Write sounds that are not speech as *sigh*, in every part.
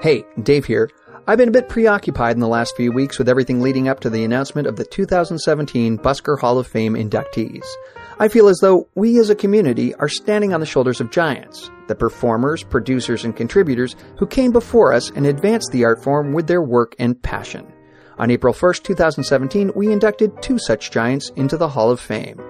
Hey, Dave here. I've been a bit preoccupied in the last few weeks with everything leading up to the announcement of the 2017 Busker Hall of Fame inductees. I feel as though we as a community are standing on the shoulders of giants, the performers, producers, and contributors who came before us and advanced the art form with their work and passion. On April 1st, 2017, we inducted two such giants into the Hall of Fame.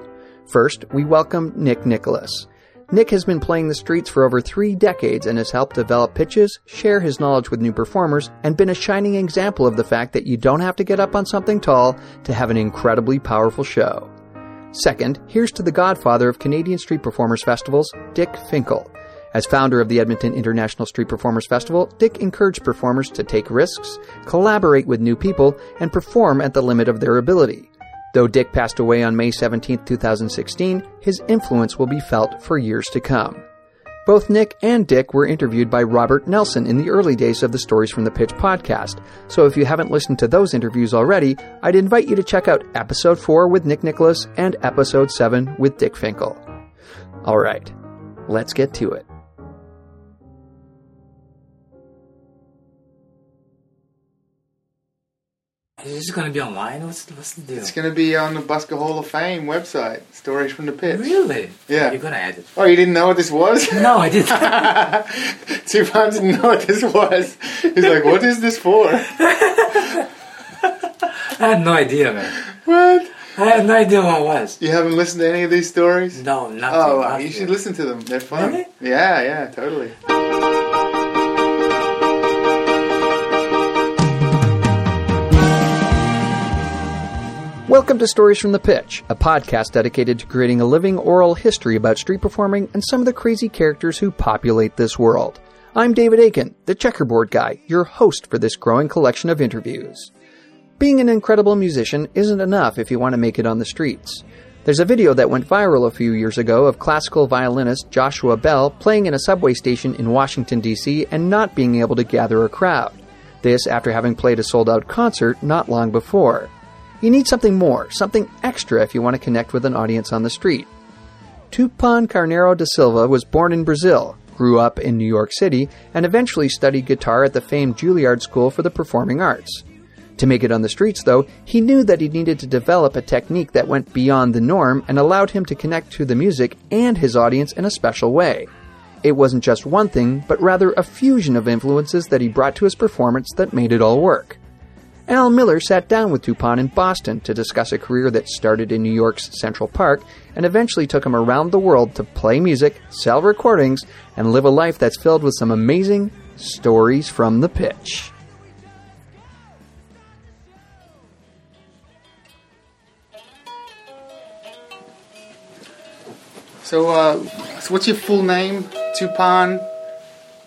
First, we welcomed Nick Nicholas. Nick has been playing the streets for over three decades and has helped develop pitches, share his knowledge with new performers, and been a shining example of the fact that you don't have to get up on something tall to have an incredibly powerful show. Second, here's to the godfather of Canadian Street Performers Festivals, Dick Finkel. As founder of the Edmonton International Street Performers Festival, Dick encouraged performers to take risks, collaborate with new people, and perform at the limit of their ability. Though Dick passed away on May 17, 2016, his influence will be felt for years to come. Both Nick and Dick were interviewed by Robert Nelson in the early days of the Stories from the Pitch podcast. So if you haven't listened to those interviews already, I'd invite you to check out episode 4 with Nick Nicholas and episode 7 with Dick Finkel. All right, let's get to it. Is this going to be online? What's, what's the deal? It's going to be on the Busker Hall of Fame website. Stories from the pit. Really? Yeah. You're going to add it. Oh, you didn't know what this was? *laughs* No, I didn't. *laughs* Two pounds didn't know what this was. He's like, what is this *laughs* for? I had no idea, man. What? I had no idea what it was. You haven't listened to any of these stories? No, nothing. Oh, wow. nothing. you should listen to them. They're fun. Really? Yeah, yeah, totally. Welcome to Stories from the Pitch, a podcast dedicated to creating a living oral history about street performing and some of the crazy characters who populate this world. I'm David Aiken, the checkerboard guy, your host for this growing collection of interviews. Being an incredible musician isn't enough if you want to make it on the streets. There's a video that went viral a few years ago of classical violinist Joshua Bell playing in a subway station in Washington, D.C., and not being able to gather a crowd. This after having played a sold out concert not long before. You need something more, something extra if you want to connect with an audience on the street. Tupan Carneiro da Silva was born in Brazil, grew up in New York City, and eventually studied guitar at the famed Juilliard School for the Performing Arts. To make it on the streets, though, he knew that he needed to develop a technique that went beyond the norm and allowed him to connect to the music and his audience in a special way. It wasn't just one thing, but rather a fusion of influences that he brought to his performance that made it all work. Al Miller sat down with Dupont in Boston to discuss a career that started in New York's Central Park and eventually took him around the world to play music, sell recordings, and live a life that's filled with some amazing stories from the pitch. So, uh, so what's your full name? Tupan,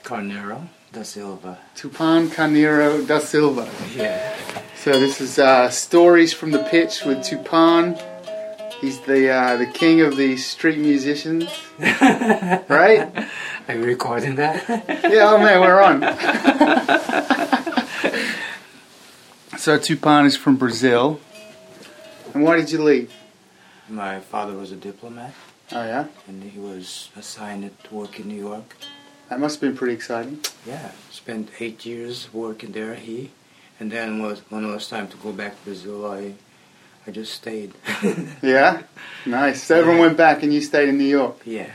Carnero da Silva. Tupan Carneiro da Silva. Yeah. So this is uh, Stories from the Pitch with Tupan. He's the uh, the king of the *laughs* street musicians, right? Are you recording that? *laughs* yeah, oh man, we're on. *laughs* so Tupan is from Brazil. And why did you leave? My father was a diplomat Oh yeah? and he was assigned to work in New York. That must have been pretty exciting. Yeah. Spent eight years working there, he. And then was, when it was time to go back to Brazil, I, I just stayed. *laughs* Yeah? Nice. So everyone went back and you stayed in New York. yeah.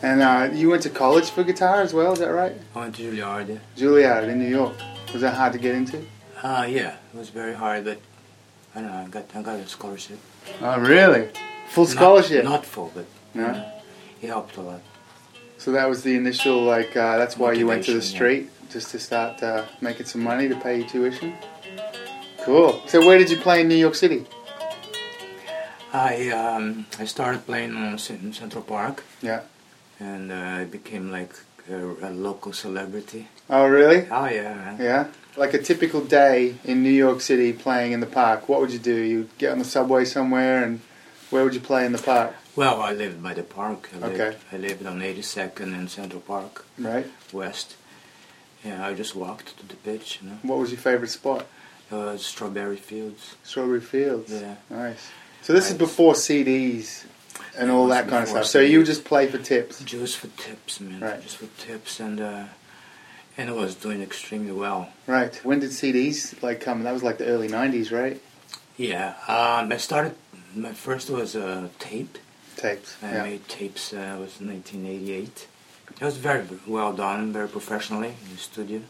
And uh, you went to college for guitar as well, is that right? I went to Juilliard. Juilliard in New York. Was that hard to get into? Uh, yeah, it was very hard, but I don't know, I got, I got a scholarship. Oh really? Full scholarship. Not, not full, but uh, No? it helped a lot. So that was the initial like uh, that's why you went to the Motivation, street just to start uh, making some money to pay your tuition. Cool. So where did you play in New York City? I um, I started playing on Cen- in Central Park, Yeah. and uh, I became like a, a local celebrity. Oh really? Oh yeah, Yeah. Like a typical day in New York City playing in the park, what would you do? You get on the subway somewhere and where would you play in the park? well I lived by the park. I lived, Okay. I lived on 82nd in Central Park Right? West. Yeah, I just walked to the pitch. You know, What was your favorite spot? uh, strawberry fields. Strawberry Fields. Yeah. Nice. So this is Nice. before CDs and all that kind of Before stuff. So you would just play for tips. Just for tips, man. Right. Just for tips, and uh, and it was doing extremely well. Right. When did CDs like come? That was like the early '90s, right? Yeah, um, I started. My first was uh, taped. Tapes. I yeah. made tapes. Uh, it was 1988. It was very well done, very professionally in the studio,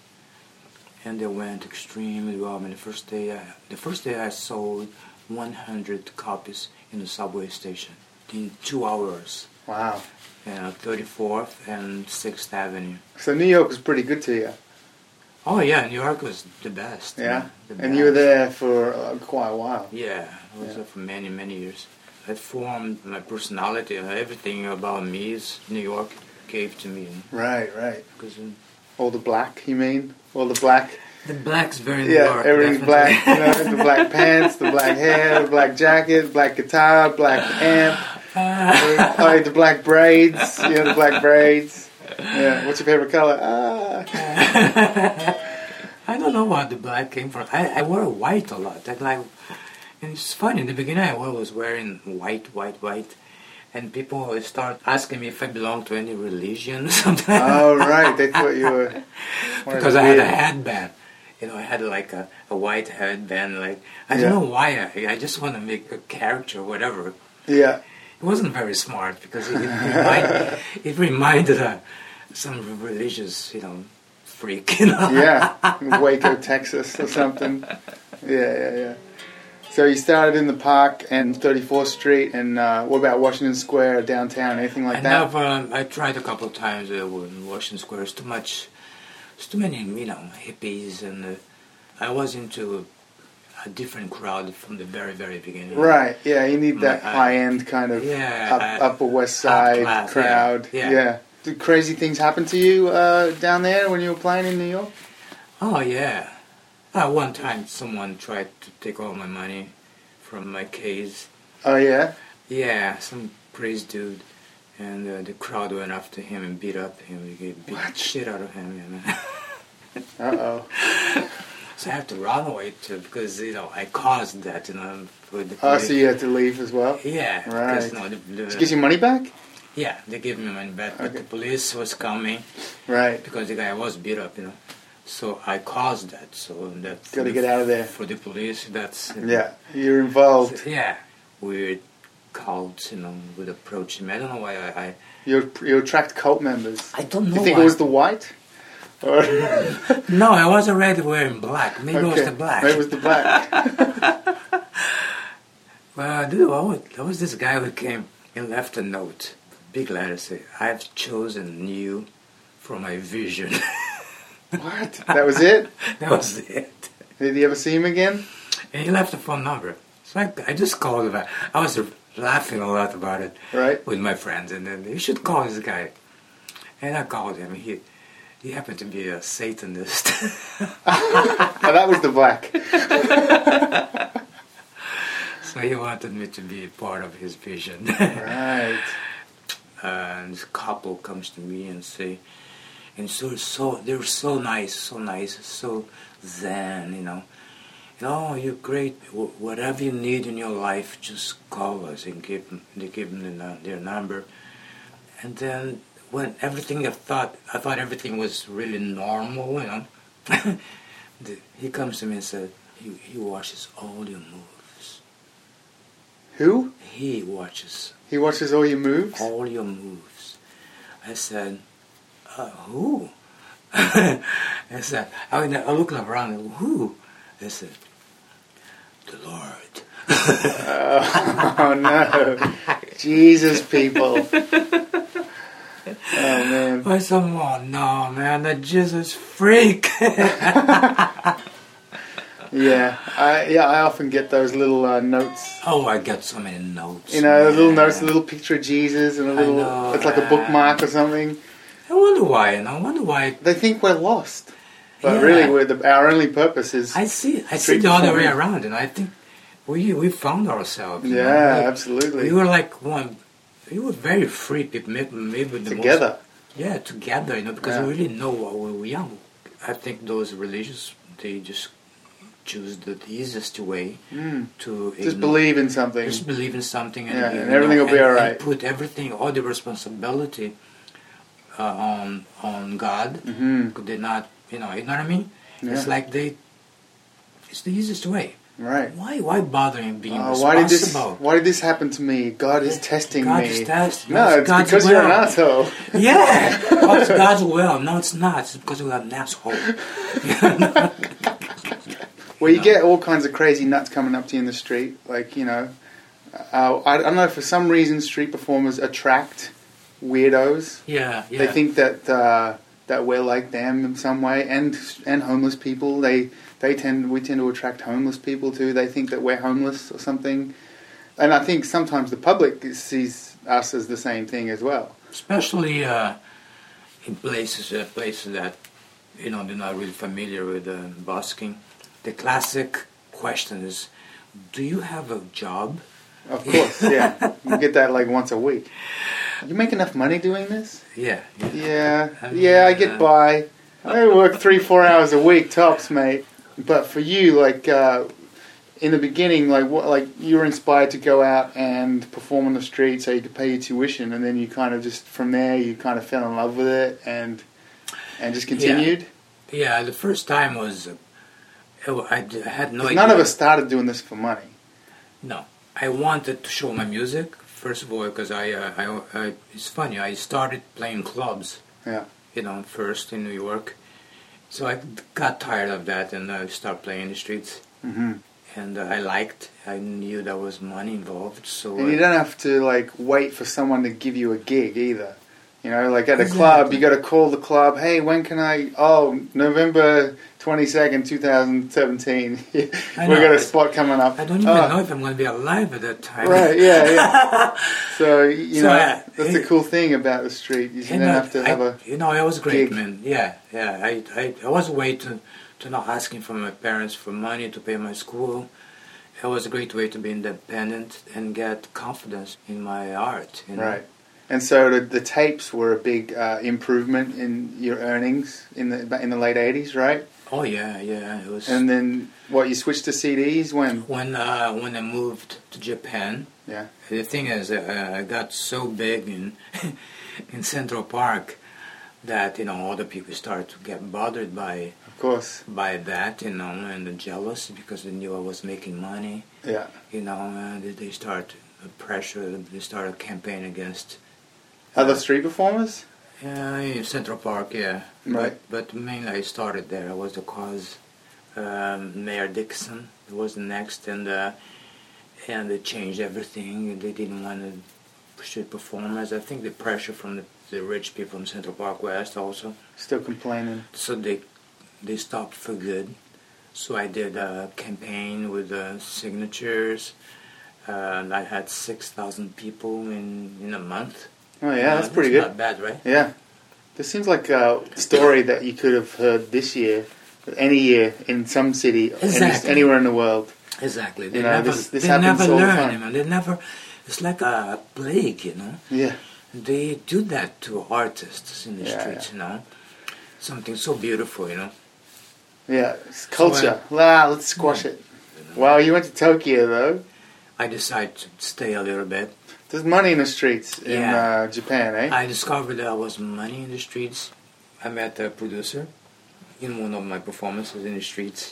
and they went extremely well. I mean, the first day, I, the first day I sold 100 copies in the subway station in two hours. Wow. Uh, 34th and 6th Avenue. So New York was pretty good to you. Oh yeah, New York was the best. Yeah. the And you were best. there for uh, quite a while. Yeah, I was Yeah. there for many, many years. I formed my personality. and Everything about me is New York gave to me. Right. Right. Because uh, All the black, you mean? All the black. the black's very New Yeah, York. everything black. definitely. You know, the black pants, the black hair, the black jacket, black guitar, black *laughs* amp. oh, the black braids. You know, the black braids. Yeah. What's your favorite color? Ah. *laughs* I don't know where the black came from. I, I wore white a lot. I like, and it's funny. In the beginning, I was wearing white, white, white, and people always start asking me if I belong to any religion or *laughs* something. Oh, right. They thought you were. one of because the I had a weird- headband. You know, I had like a, a white headband. Like I Yeah. don't know why. I, I just want to make a character, whatever. Yeah. It wasn't very smart because it, it, *laughs* remind, it reminded uh, some religious, you know, freak. *laughs* You know. *laughs* yeah, Waco, Texas, or something. Yeah, yeah, yeah. So you started in the park and 34th Street, and uh, what about Washington Square, downtown, anything like I that? never. um, I tried a couple of times uh, in Washington Square. It's too much. It's too many, you know, hippies, and uh, I was into a different crowd from the very, very beginning. Right, yeah, you need that My- I- high end kind of Yeah, up, I- Upper West Side class, yeah, crowd. yeah. Did crazy things happen to you uh, down there when you were playing in New York? Oh yeah. Uh, one time someone tried to take all my money from my case. Oh, yeah? Yeah, some crazy dude. And uh, the crowd went after him and beat up him. They get- beat the shit out of him. You know? *laughs* Uh oh. so I have to run away too because you know I caused that. You know. For the Oh, so you had to leave as well? Yeah. Right. Because, no, the, Did the, you get your money back? yeah, they gave me money back, but Okay. the police was coming Right. because the guy was beat up. You know. So I caused that. So that. Gotta get out of there. For the police, that's. Yeah, you're *laughs* involved. Yeah, weird cults, you know, would approach him. I don't know why I. I, You you attract cult members. I don't Do know you think why. it was the white? *laughs* Or no, I was already wearing black. Maybe it was Okay. the black. Maybe it was the *laughs* black. Well, uh, dude, what was, there was this guy who came and left a note, big letter, say, "I've chosen you for my vision." *laughs* what? That was it? that was it. Did you ever see him again? And he left a phone number. So I, I just called him. I was laughing a lot about it. Right. with my friends, and then you should call this guy. And I called him. He he happened to be a Satanist. *laughs* Oh, that was the black. so he wanted me to be part of his vision. Right. and this couple comes to me and say, and so so they're so nice, so nice, so zen, you know. And, oh, you're great. Wh- Whatever you need in your life, just call us and give them, they give them the, nu- their number. And then when everything I thought, I thought everything was really normal, you know. *laughs* the, he comes to me and said, he, he watches all your moves. Who? He watches He watches all your moves? all your moves. I said, uh, who? *laughs* I said, I, mean, I looked around, who? I said, the Lord. Oh no. *laughs* Jesus people. Oh man. I said, oh no, man, that Jesus freak. *laughs* Yeah. I yeah, I often get those little uh, notes. oh, I got so many notes. You know, those little man. notes, a little picture of Jesus and a I little know, it's like a uh, bookmark or something. I wonder why, and I wonder why. They think we're lost. But Yeah. really we're the, our only purpose is I see, I see Freak the other for way me. around, and I think we we found ourselves. you know, Yeah, like, absolutely. We were like one. We were very free people, maybe, maybe the most- Together. Yeah, together, you know, because Yeah. we really know what we were young. I think those religious, they just choose the easiest way Mm. to Just igno- believe in something. just believe in something, and, Yeah, and you everything know, will be and- all and right. put everything, all the responsibility uh, on on God. Mhm. They're not You know, you know what I mean? It's Yeah. like they. It's the easiest way. Right. Why? Why bother in being Uh, responsible? why did this? Why did this happen to me? God is testing God me. is testing no, us. it's God's because you're an will. asshole. *laughs* Yeah, oh, *laughs* it's God's will. No, it's not. It's because we're an asshole. Well, you get all kinds of crazy nuts coming up to you in the street. Like, you know, uh, I, I don't know, for some reason, street performers attract weirdos. Yeah, yeah. They think that uh, that we're like them in some way, and and homeless people. They they tend we tend to attract homeless people too. They think that we're homeless or something. And I think sometimes the public sees us as the same thing as well. especially uh, in places uh, places that you know they're not really familiar with uh, busking. The classic question is, do you have a job? Of course, yeah. we get that like once a week. You make enough money doing this? Yeah, yeah. Yeah, I mean, yeah, I uh, get by. I work three, four hours a week tops, mate. But for you, like uh, in the beginning, like what, like you were inspired to go out and perform on the street so you could pay your tuition, and then you kind of just from there you kind of fell in love with it and and just continued. Yeah, the first time was, uh, it wa- I d- I had no idea. None of us started doing this for money. No, I wanted to show my music first of all because I, uh, I, I, it's funny. I started playing clubs. Yeah. You know, first in New York, so I got tired of that and I started playing in the streets. hmm And uh, I liked. I knew there was money involved, so And you I- don't have to like wait for someone to give you a gig either. You know, like at a Exactly. club, you got to call the club. Hey, when can I? Oh, November twenty second, two thousand seventeen. *laughs* we I know. got a spot coming up. I don't even Oh, know if I'm going to be alive at that time. Right? Yeah, yeah. *laughs* so you So, know, uh, that's the it- cool thing about the street. is You And don't I- have to I- have a You know, I was great, gig. man. Yeah, yeah. I, I, I was a way to, to not asking from my parents for money to pay my school. It was a great way to be independent and get confidence in my art. You know? right. And so the, the tapes were a big uh, improvement in your earnings in the in the late eighties, right? Oh yeah, yeah. It was And then what? You switched to CDs when? when uh, when I moved to Japan. Yeah. The thing is, uh, I got so big in *laughs* in Central Park that you know other people started to get bothered by Of course. by that, you know, and jealous because they knew I was making money, Yeah. you know, and they- they start pressure, they start a campaign against Other street performers? uh, in Central Park, yeah. Right. But, but mainly I started there. I was the cause. Um, Mayor Dixon was the next, and uh, and they changed everything. They didn't want to pursue performers. I think the pressure from the, the rich people in Central Park West also. Still complaining. so they they stopped for good. So I did a campaign with uh, signatures, uh, and I had six thousand people in in a month. Oh yeah, Uh, that's pretty good. Not bad, right? Yeah, this seems like a story that you could have heard this year, any year in some city, any- Exactly. anywhere in the world. Exactly. They You know, never this- this they happens never all the learn. time. I mean, they never. It's like a plague, you know. Yeah, They do that to artists in the Yeah, streets, you know. Something so beautiful, you know. yeah, it's culture. uh, La, let's squash it. Wow, you went to Tokyo though. I decided to stay a little bit. There's money in the streets in Yeah. uh, Japan, eh? I discovered there was money in the streets. I met a producer in one of my performances in the streets,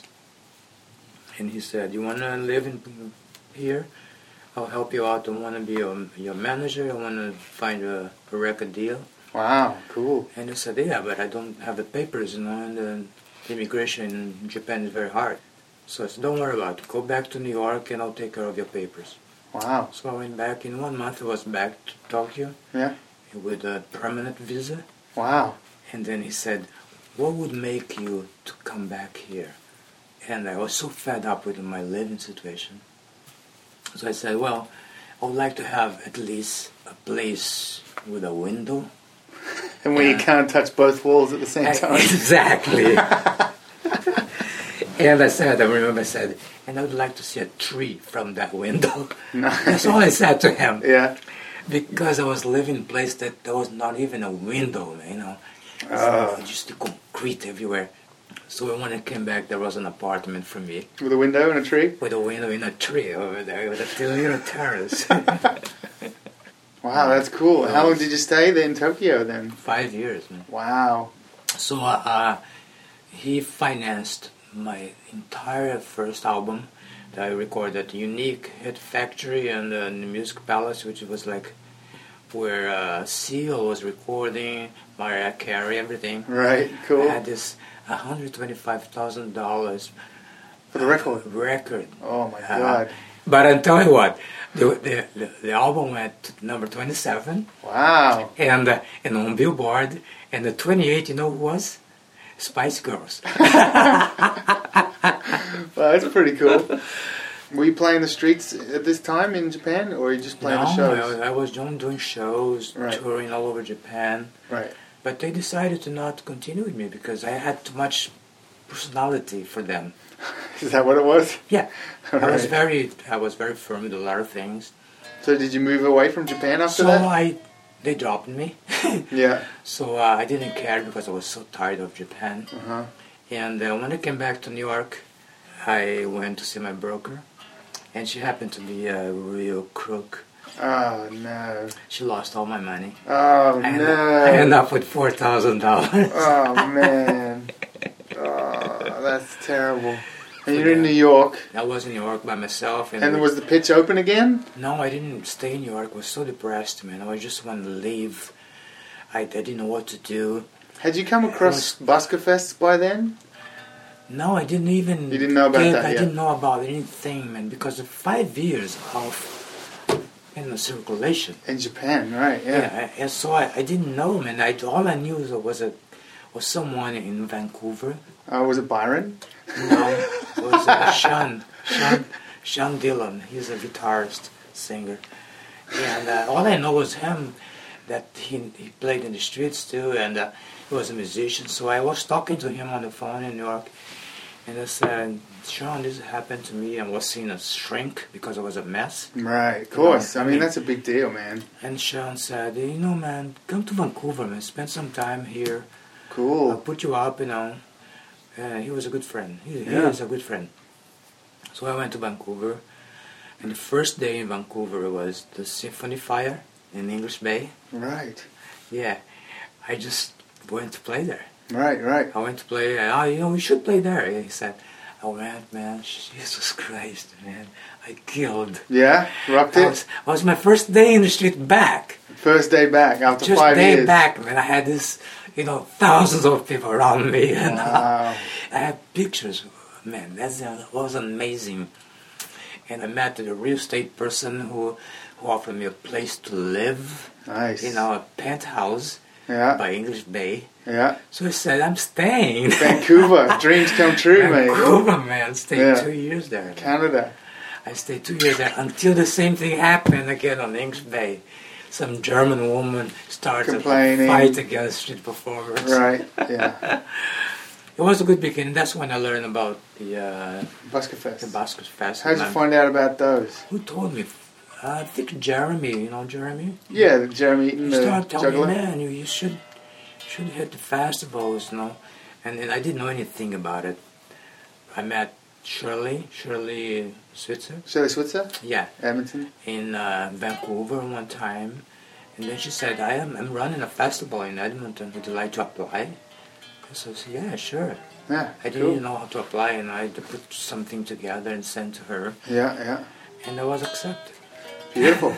and he said, "You want to live in here? I'll help you out. I want to be your, your manager. I want to find a, a record deal." Wow, cool. And I said, "Yeah, but I don't have the papers, you know, and uh, the immigration in Japan is very hard." So I said, "Don't worry about it. Go back to New York, and I'll take care of your papers." Wow, So I went back. In one month, I was back to Tokyo Yeah. with a permanent visa. wow. And then he said, What would make you to come back here? And I was so fed up with my living situation. So I said, Well, I would like to have at least a place with a window. And where you Yeah. can't touch both walls at the same *laughs* time. *laughs* exactly. *laughs* and I said, I remember I said, and I would like to see a tree from that window. *laughs* That's all I said to him. yeah. Because I was living in a place that there was not even a window, you know. So Ah. Just the concrete everywhere. So when I came back, there was an apartment for me With a window and a tree. with a window in a tree over there with a little terrace. *laughs* Wow, that's cool. How long did you stay there in Tokyo then? Five years, man. Wow. So uh, uh, he financed my entire first album that I recorded, Unique at Factory and uh, in the Music Palace, which was like where uh, Seal was recording, Mariah Carey, everything. Right, cool. I had this $125,000 For the record. record. Oh my Uh, god. But I'm telling you what, the, the, the, the album at number 27 Wow. and, uh, and on Billboard, and the 28, you know who was? Spice Girls. Well, that's pretty *laughs* cool. Were you playing the streets at this time in Japan, or were you just playing no, the shows? I, I was doing, doing shows, Right. touring all over Japan. Right. But they decided to not continue with me because I had too much personality for them. Is that what it was? Yeah, I was Right. very, I was very firm with a lot of things. So did you move away from Japan after So that? I, they dropped me. *laughs* Yeah. so uh, I didn't care because I was so tired of Japan. Uh-huh. And uh, when I came back to New York, I went to see my broker, and she happened to be a real crook. Oh no. She lost all my money. Oh I end- no. I ended up with four thousand dollars. Oh man. oh, that's terrible. And you're in New York. *laughs* I was in New York by myself, and, And was the pitch open again? no, I didn't stay in New York. I was so depressed, man. I just wanted to leave. I, I didn't know what to do. Had you come across Busker Fest by then? No, I didn't even. You didn't know about get- that I yet. didn't know about anything, man, because of five years of, you know, circulation. In Japan, right? Yeah. Yeah, I, and so I, I didn't know, man. I all I knew was a was someone in Vancouver. Uh, was it Byron? No, was uh, Sean Sean Sean Dillon. He's a guitarist singer, and uh, all I know was him. That he he played in the streets too, and uh, he was a musician. So I was talking to him on the phone in New York, and I said, "Sean, this happened to me. I was seen as shrink because I was a mess." Right, of course. No, I I mean, mean- that's a big deal, man. And Sean said, "You know, man, come to Vancouver, man. Spend some time here." I'll Cool. put you up, you know. Uh, he was a good friend. He, he Yeah. is a good friend. So I went to Vancouver, and the first day in Vancouver was the Symphony Fire in English Bay. Right, Yeah, I just went to play there. right, right. I went to play. Oh, you know, we should play there. He said, "I went, man. Jesus Christ, man, I killed." Yeah, rocked That it. was, that was my first day in the street back. First day back after Just five day years. back, man. I had this, you know, thousands of people around me. And, Wow. I have pictures, man. That's, uh, that was amazing. And I met a real estate person who, who offered me a place to live, Nice. you know, a penthouse Yeah, by English Bay. yeah. So I said, I'm staying. *laughs* Vancouver, dreams come true, mate. Vancouver, man. Stayed Yeah. two years there. Canada. I stayed two years there until the same thing happened again on English Bay. Some German woman started a Complaining. fight against street performers. Right, yeah. It was a good beginning. That's when I learned about the uh, Busker the Fest. Basket Fest. How'd you Man, find out about those? Who told me? I think Jeremy. You know Jeremy. Yeah, the Jeremy Eaton, He the started telling me, juggler. man, you, you should should hit the festivals, you know. And, and I didn't know anything about it. I met Shirley, Shirley Switzer. Shirley Switzer, Yeah, Edmonton. in uh, Vancouver one time. And then she said, I am, I'm running a festival in Edmonton. Would you like to apply? So I said, yeah, sure. Yeah, I didn't cool. even know how to apply, and I had to put something together and send to her, Yeah, and I was accepted. yeah. Beautiful.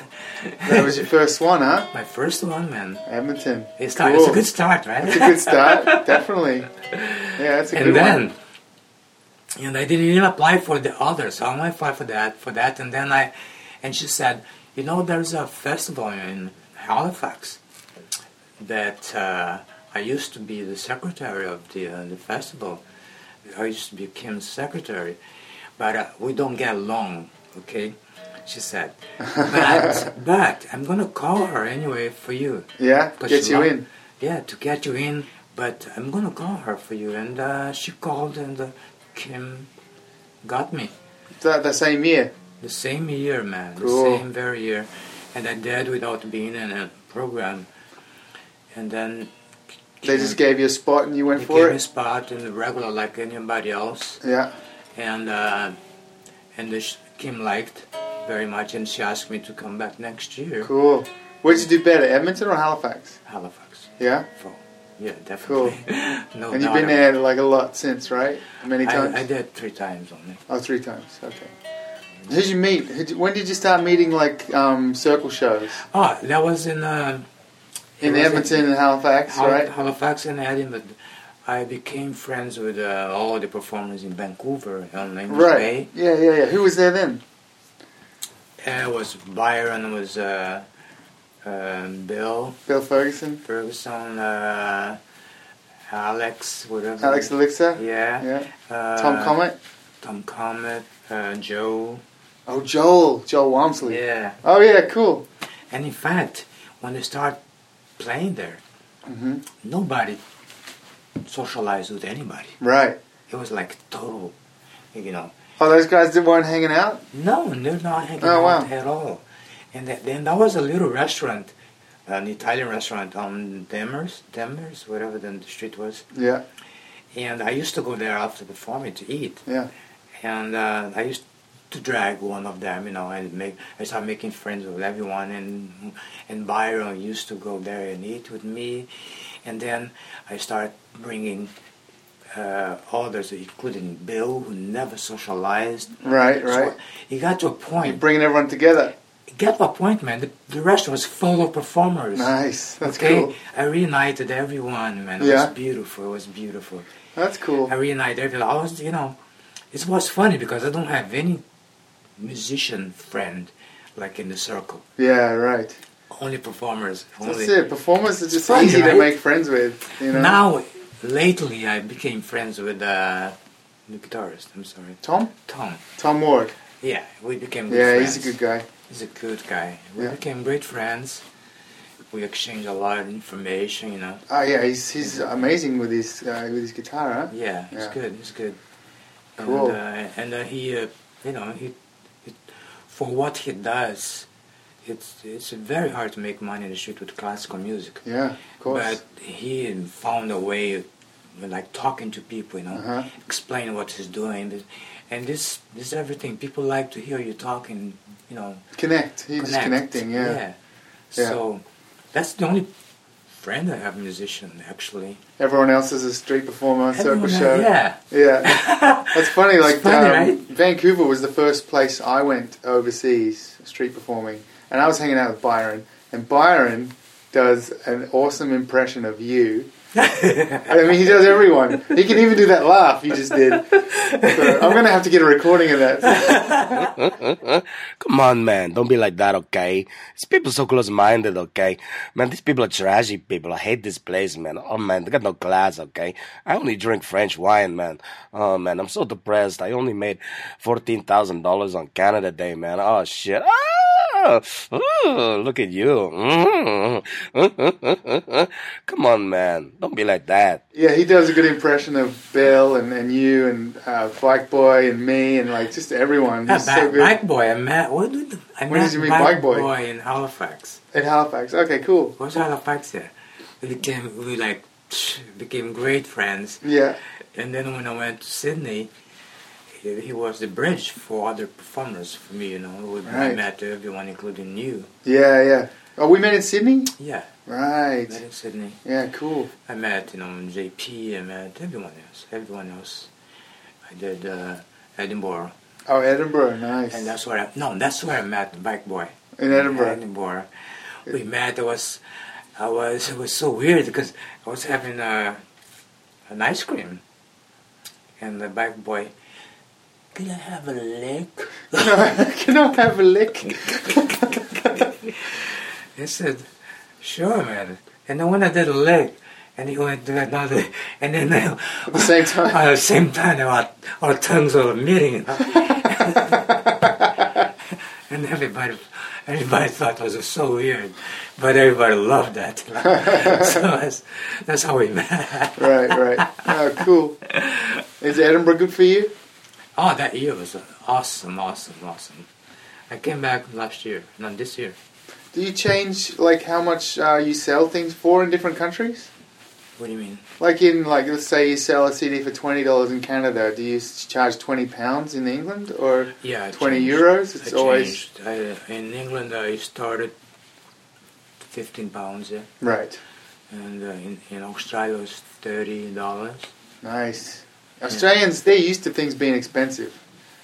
*laughs* that was your first one, huh? My first one, man. Edmonton. It start, It's a Cool. good start, That's a right? good start, definitely. Yeah, that's a *laughs* good and then, one. and I didn't even apply for the others. So I only applied for that, for that, and then I, and she said, you know, there's a festival in Halifax that uh, I used to be the secretary of the uh, the festival. I used to be Kim's secretary, but uh, we don't get along, okay? She *laughs* said, but but I'm gonna call her anyway for you. Yeah, But get she you lo- in. Yeah, to get you in, but I'm gonna call her for you. And uh, she called, and uh, Kim got me That, that same year. the same year, man, Cool. the same very year. And I did without being in a program. And then They just gave you a spot and you went they for gave me it. a spot in the regular like anybody else. Yeah, And uh, and the sh- Kim liked very much, and she asked me to come back next year, cool. Where'd you do better, Edmonton or Halifax? Halifax. Yeah, For yeah, definitely. *laughs* Oh, no And you've doubt been about it. there like a lot since, right? Many times. I, I did three times only. Oh, three times. Okay. Who Did you meet? Who did- When did you start meeting like um, circle shows Oh, that was in uh, in it was Edmonton and Halifax, Hal- right? Halifax and Edinburgh. I became friends with uh, all the performers in Vancouver on English Right. Yeah, yeah, yeah. Who was there then? Bay. Uh, it was Byron, it was uh, um, Bill Bill Ferguson, Ferguson, uh, Alex, whatever. Alex Elixir, Yeah. yeah, Uh, Tom Comet. Tom Comet, uh, Joe. Oh, Joel, Joel Walmsley. Yeah. Oh yeah, cool. And in fact, when they start playing there, hmm nobody socialized with anybody. Right. It was like total, you know. Oh, those guys did weren't hanging out. No, they're not hanging Oh, wow. out at all. And that, then there was a little restaurant, an Italian restaurant on Demers, Demers, whatever the street was. Yeah, And I used to go there after performing to eat. yeah. And uh, I used to drag one of them, you know, and make I started making friends with everyone. And and Byron used to go there and eat with me. And then I started bringing uh, others, including Bill, who never socialized. Right, right. So it got to a You're point. bringing everyone together. It got to a point, man. The, the restaurant was full of performers. Nice. That's okay, cool. I reunited everyone, man. It Yeah. was beautiful. It was beautiful. That's cool. I reunited everyone. I was, you know, it was funny because I don't have any musician friend like in the circle. Yeah, right. Only performers. Only. That's it. Performers are just Fun, easy to right? make friends with. You know. Now, lately, I became friends with uh, the guitarist. I'm sorry, Tom. Tom. Tom Ward. Yeah, we became. Good Yeah, friends. he's a good guy. He's a good guy. We Yeah. became great friends. We exchanged a lot of information, you know. Oh yeah, he's he's amazing with his uh, with his guitar. Huh? Yeah, it's Yeah. good. It's good. Cool. And, uh, and uh, he, uh, you know, he, he, for what he does, it's it's very hard to make money in the street with classical music. Yeah, of course. But he found a way, like talking to people, you know, Uh-huh. explain what he's doing, and this this everything. People like to hear you talking, you know, Connect. He's just connect. connecting. Yeah. Yeah. So that's the only friend I have musician actually. Everyone else is a street performer, Everyone circle else- show. Yeah. Yeah. *laughs* That's funny. Like funny, um, right? Vancouver was the first place I went overseas street performing, and I was hanging out with Byron, and Byron does an awesome impression of *laughs* you. I mean, he does everyone. He can even do that laugh you just did. So I'm gonna have to get a recording of that. Come on, man. Don't be like that, okay? These people so close-minded, okay? Man, these people are trashy people. I hate this place, man. Oh, man, they got no class, okay? I only drink French wine, man. Oh, man, I'm so depressed. I only made $14,000 on Canada Day, man. Oh, shit. Ah! Ooh, look at you. Mm. *laughs* Come on, man. Don't be like that. Yeah, he does a good impression of Bill and, and you and uh, Bike Boy and me and like just everyone. Yeah, He's so Bike, good Bike Boy. I met. What did I Where met did you meet Bike, Bike Boy? in Halifax. in Halifax. Okay, cool. What's Halifax here? We became we like *sniffs* became great friends, Yeah. and then when I went to Sydney, he, he was the bridge for other performers for me. You know, we I Right. met everyone, including you. Yeah, yeah. Oh, we met in Sydney? Yeah, Right. met in Sydney. Yeah, cool. I met, you know, JP. I met everyone else. Everyone else. I did uh, Edinburgh, Oh, Edinburgh, nice. and that's where I, no, that's where I met Bike Boy. in Edinburgh. Edinburgh. We met. I was, I was. It was so weird because I was having a, an ice cream, and the bike boy. Can I have a lick? *laughs* Can I have a lick? He said, "Sure, man." And then when I did a lick, and he went to another, and then uh, At *laughs* the same *laughs* time. at the same time, our, our tongues were meeting, *laughs* *laughs* you know? and everybody, everybody thought it was so weird, but everybody loved that. *laughs* you know? so that's, that's how we met. right, right. Oh, cool. Is Edinburgh good for you? Oh, that year was awesome, awesome, awesome. I came back last year, not this year. Do you change like how much uh, you sell things for in different countries? What do you mean? Like in like let's say you sell a CD for twenty dollars in Canada, do you s- charge twenty pounds in England or Yeah, I twenty changed. euros? It's I uh, always changed. I, in England, I started fifteen pounds. Yeah, right. and uh, in, in Australia it's thirty dollars. Nice. Australians, they're used to things being expensive.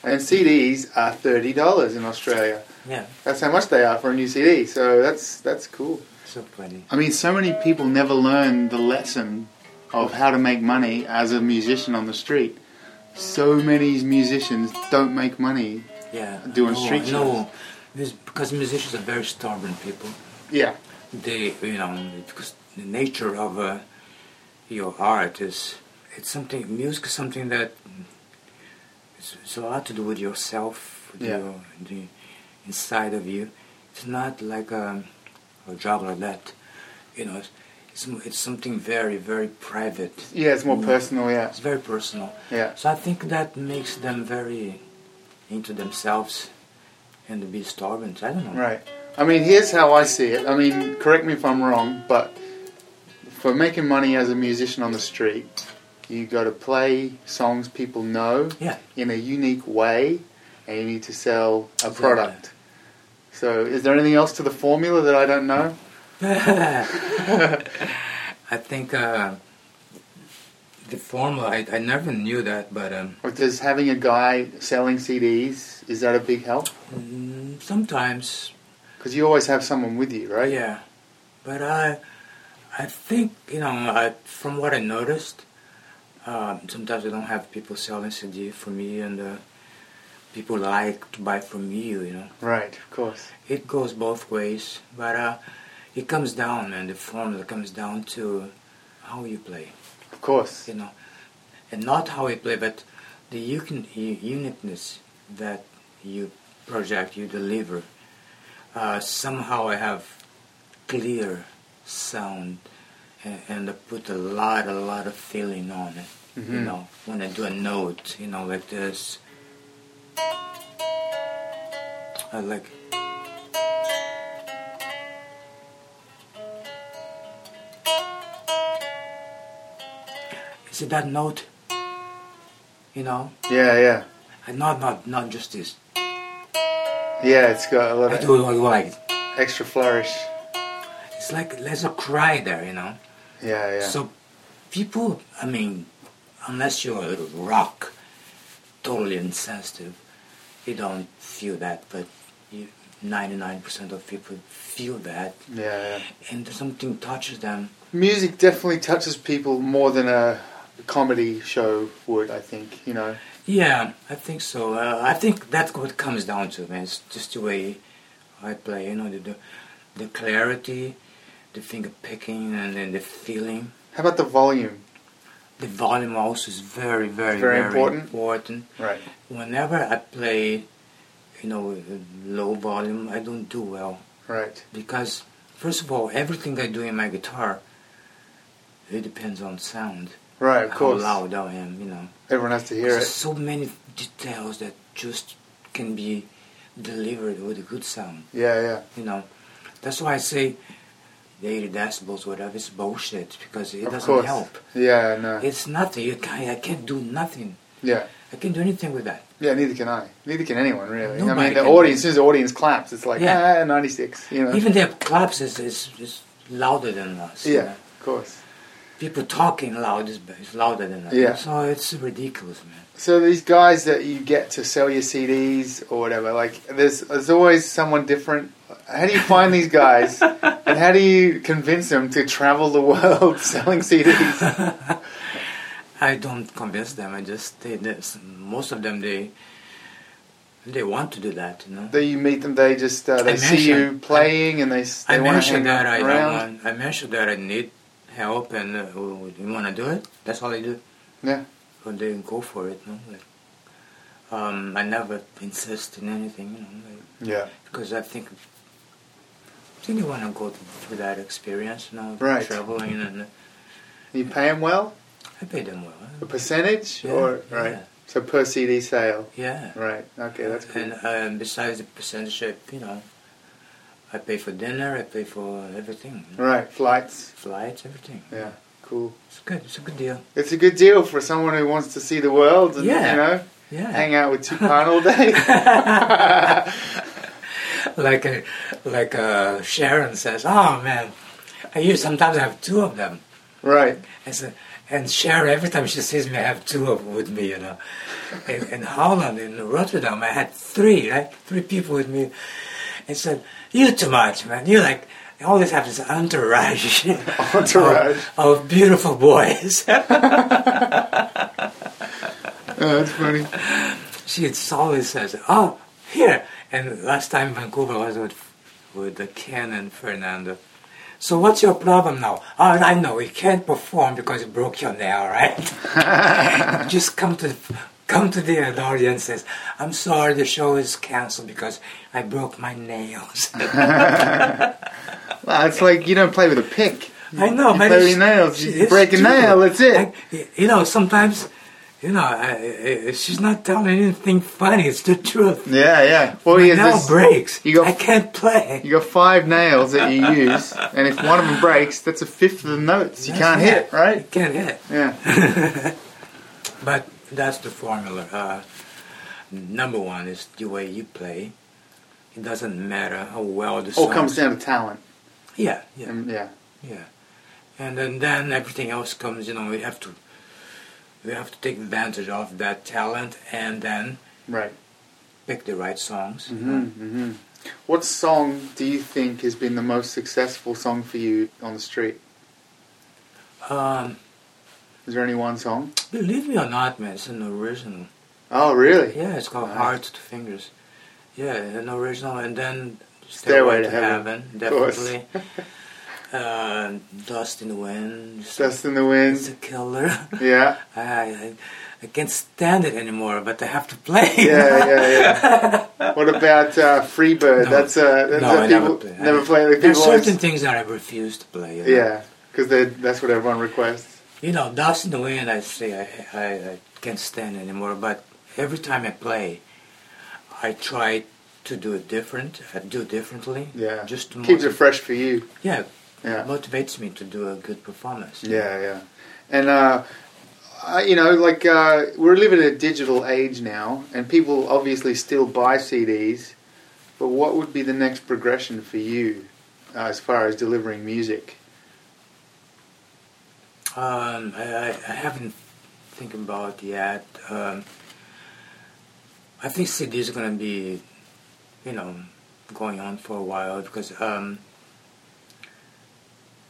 And CDs are $30 in Australia. Yeah, That's how much they are for a new CD. So that's that's cool. so funny. I mean, so many people never learn the lesson of how to make money as a musician on the street. So many musicians don't make money. Yeah, Doing no, street shows. No, this, because musicians are very stubborn people. Yeah. They, you know, because the nature of uh, your art is it's something. Music is something that it's, it's a lot to do with yourself, with Yeah. your, the inside of you. It's not like a, a job like that. You know, it's, it's it's something very very private. Yeah, it's more personal, yeah. It's very personal. Yeah. So I think that makes them very into themselves and to be stubborn. I don't know. Right. I mean, here's how I see it. I mean, correct me if I'm wrong, but for making money as a musician on the street, you got to play songs people know Yeah. in a unique way, and you need to sell a product. So, is there anything else to the formula that I don't know? *laughs* I think uh, the formula. I, I never knew that, but um, Or does having a guy selling CDs is that a big help? mm, sometimes, Because you always have someone with you, right? yeah. But I, I think you know, I, from what I noticed, um, sometimes I don't have people selling CD for me, and uh, people like to buy from me. You know. Right, of course. it goes both ways, but uh, it comes down, and the formula comes down to how you play, Of course. you know, and not how you play, but the un- u- uniqueness that you project, you deliver. Uh, somehow I have clear sound, and, and I put a lot, a lot of feeling on it. You Mhm. know, when I do a note, you know, like this, I Uh, like. See that note? You know, Yeah, yeah. and not not not just this. Yeah, it's got a lot I of do it like extra flourish. it's like there's a cry there, you know. Yeah, yeah. So people, I mean, unless you're a rock, totally insensitive, you don't feel that. But you, 99% of people feel that, yeah, yeah. and something touches them. Music definitely touches people more than a comedy show would, I think, you know. Yeah, I think so. Uh, I think that's what it comes down to, man. It's just the way I play, you know, the, the, the clarity, the finger picking, and then the feeling. How about the volume? The volume also is very, very, Very very, important. important. Right. Whenever I play, you know, with low volume, I don't do well Right. because, first of all, everything I do in my guitar, it depends on sound. Right, of course. How loud I am, you know. Everyone has to hear There's it. so many details that just can be delivered with a good sound. Yeah, yeah. You know, that's why I say the 80 decibels, whatever, is bullshit because it of doesn't course. help. Yeah, no. It's nothing. You can't, I can't do nothing. yeah. I can't do anything with that. Yeah, neither can I. Neither can anyone, really. I mean, Nobody the can. audience, as soon as the audience claps, it's like, Yeah. ah, 96, you know. *laughs* Even their claps is, is, is louder than us. you yeah, know. of course. People talking loud is, is louder than us. Yeah. So it's ridiculous, man. So these guys that you get to sell your CDs or whatever, like there's there's always someone different. How do you find these *laughs* guys, and how do you convince them to travel the world *laughs* selling CDs? I don't convince them. I just they, they, most of them they they want to do that, you know. Do you meet them? They just uh, they I see you mentioned- playing, and they s- they I want to hang mentioned that I don't around. want. I mentioned that I need help, and uh, oh, you want to do it. That's all I do. Yeah. But they go for it, you know. Like, um, I never insist in anything, you know, like, Yeah, because I think I think you want to go through that experience, you know, Right. traveling, and you pay them well, I pay them well. a percentage Yeah, or yeah. right. So per CD sale, Yeah. right? Okay, that's cool. And um, besides the percentage, I- you know, I pay for dinner, I pay for everything, you know, Right, flights. flights, everything. Yeah, cool. It's good. It's a good deal. It's a good deal for someone who wants to see the world. And, Yeah. you know. Yeah. hang out with Tupan all day. *laughs* like uh, like uh, Sharon says, "Oh man, I use sometimes I have two of them. Right. And, so, and Cher, every time she sees me, I have two of with me, you know. In, in Holland, in Rotterdam, I had three, right? Three people with me. And said, you too much, man. You like, I always have this entourage. Entourage. Of, of beautiful boys. Oh, that's funny. she always says, oh, here. And last time in Vancouver I was with, with Ken and Fernando. So what's your problem now? Oh, I know, you can't perform because you broke your nail, right? *laughs* Just come to come to the audience and says, I'm sorry, the show is canceled because I broke my *laughs* nails. Wow, it's like you don't play with a pick. I know, man. You play it's- with nails, you it's break a stupid. nail, that's it. Like, you know, sometimes, you know, I, I, I- she's not telling anything funny. It's the truth. Yeah, yeah. Well, My you nail just- breaks. you got- I can't play. You got five nails that you use, and if one of them breaks, that's a fifth of the notes. You That's can't hit, You right? can't hit. Yeah. *laughs* But that's the formula. Uh, number one is the way you play. It doesn't matter how well the All song- Oh, comes down to talent. Yeah, yeah, And yeah. yeah. And then, then everything else comes. You know, we have to we have to take advantage of that talent and then Right. pick the right songs. Mm-hmm. What song do you think has been the most successful song for you on the street? Um, Is there any one song? believe me or not, man, it's an original. Oh, really? Yeah, it's called Wow. Heart to Fingers. Yeah, an original, and then Stairway to Heaven, of course. definitely. *laughs* uh, Dust in the Wind. Dust in the It's a Wind. killer. *laughs* Yeah. I, I, I can't stand it anymore, but I have to play. *laughs* Yeah, yeah, yeah. What about uh, Freebird? No. that's uh, that's No, a I people, never play. never play. Like, There are people always- certain things that I refuse to play. You know? Yeah, because that's what everyone requests. You know, Dust in the Wind, I say I, I, I can't stand anymore, but every time I play, I try to do it different, I do it differently. Yeah. Just to Keeps it motiv- fresh for you. Yeah, Yeah. motivates me to do a good performance. Yeah, yeah, and uh, I, you know, like uh, we're living in a digital age now, and people obviously still buy CDs. But what would be the next progression for you uh, as far as delivering music? Um, I, I I haven't think about yet. Um, I think CDs are gonna be, you know, going on for a while because um,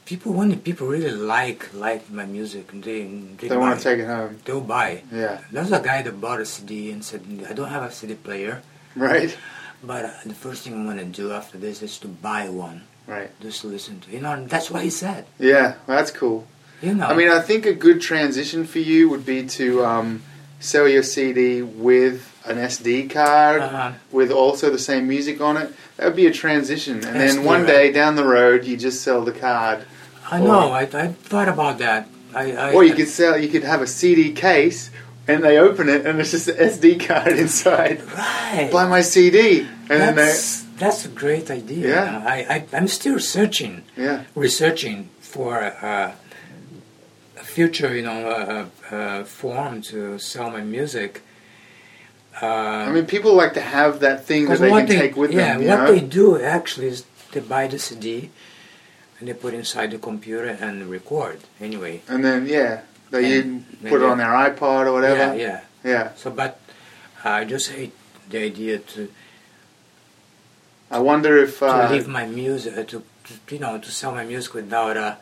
people when people really like like my music, they they, They buy want to it. take it home. They'll buy. it. Yeah, There's a guy that bought a CD and said, "I don't have a CD player, right, but uh, the first thing I'm gonna do after this is to buy one, right. just to listen to." You know, and that's what he said. Yeah, well, that's cool. You know, I mean, I think a good transition for you would be to um, sell your CD with an SD card Uh-huh. with also the same music on it. That would be a transition, and That's then one correct. day down the road, you just sell the card, I know. I, I thought about that. I, I or you could sell. You could have a CD case, and they open it, and it's just an SD card *laughs* inside. Right. Buy my CD, and then they, that's, that's a great idea. Yeah. I, I, I'm still searching, yeah, researching for uh, a future, you know, uh, uh, form to sell my music. I mean, people like to have that thing that 'Cause they what can take with yeah, them. You what know? they do actually is they buy the CD and they put inside the computer and record anyway. and then yeah, And they then put it they- on their iPod or whatever. Yeah, yeah. yeah. So, but I just hate the idea to I wonder if uh, to leave my music uh, to, to you know to sell my music without a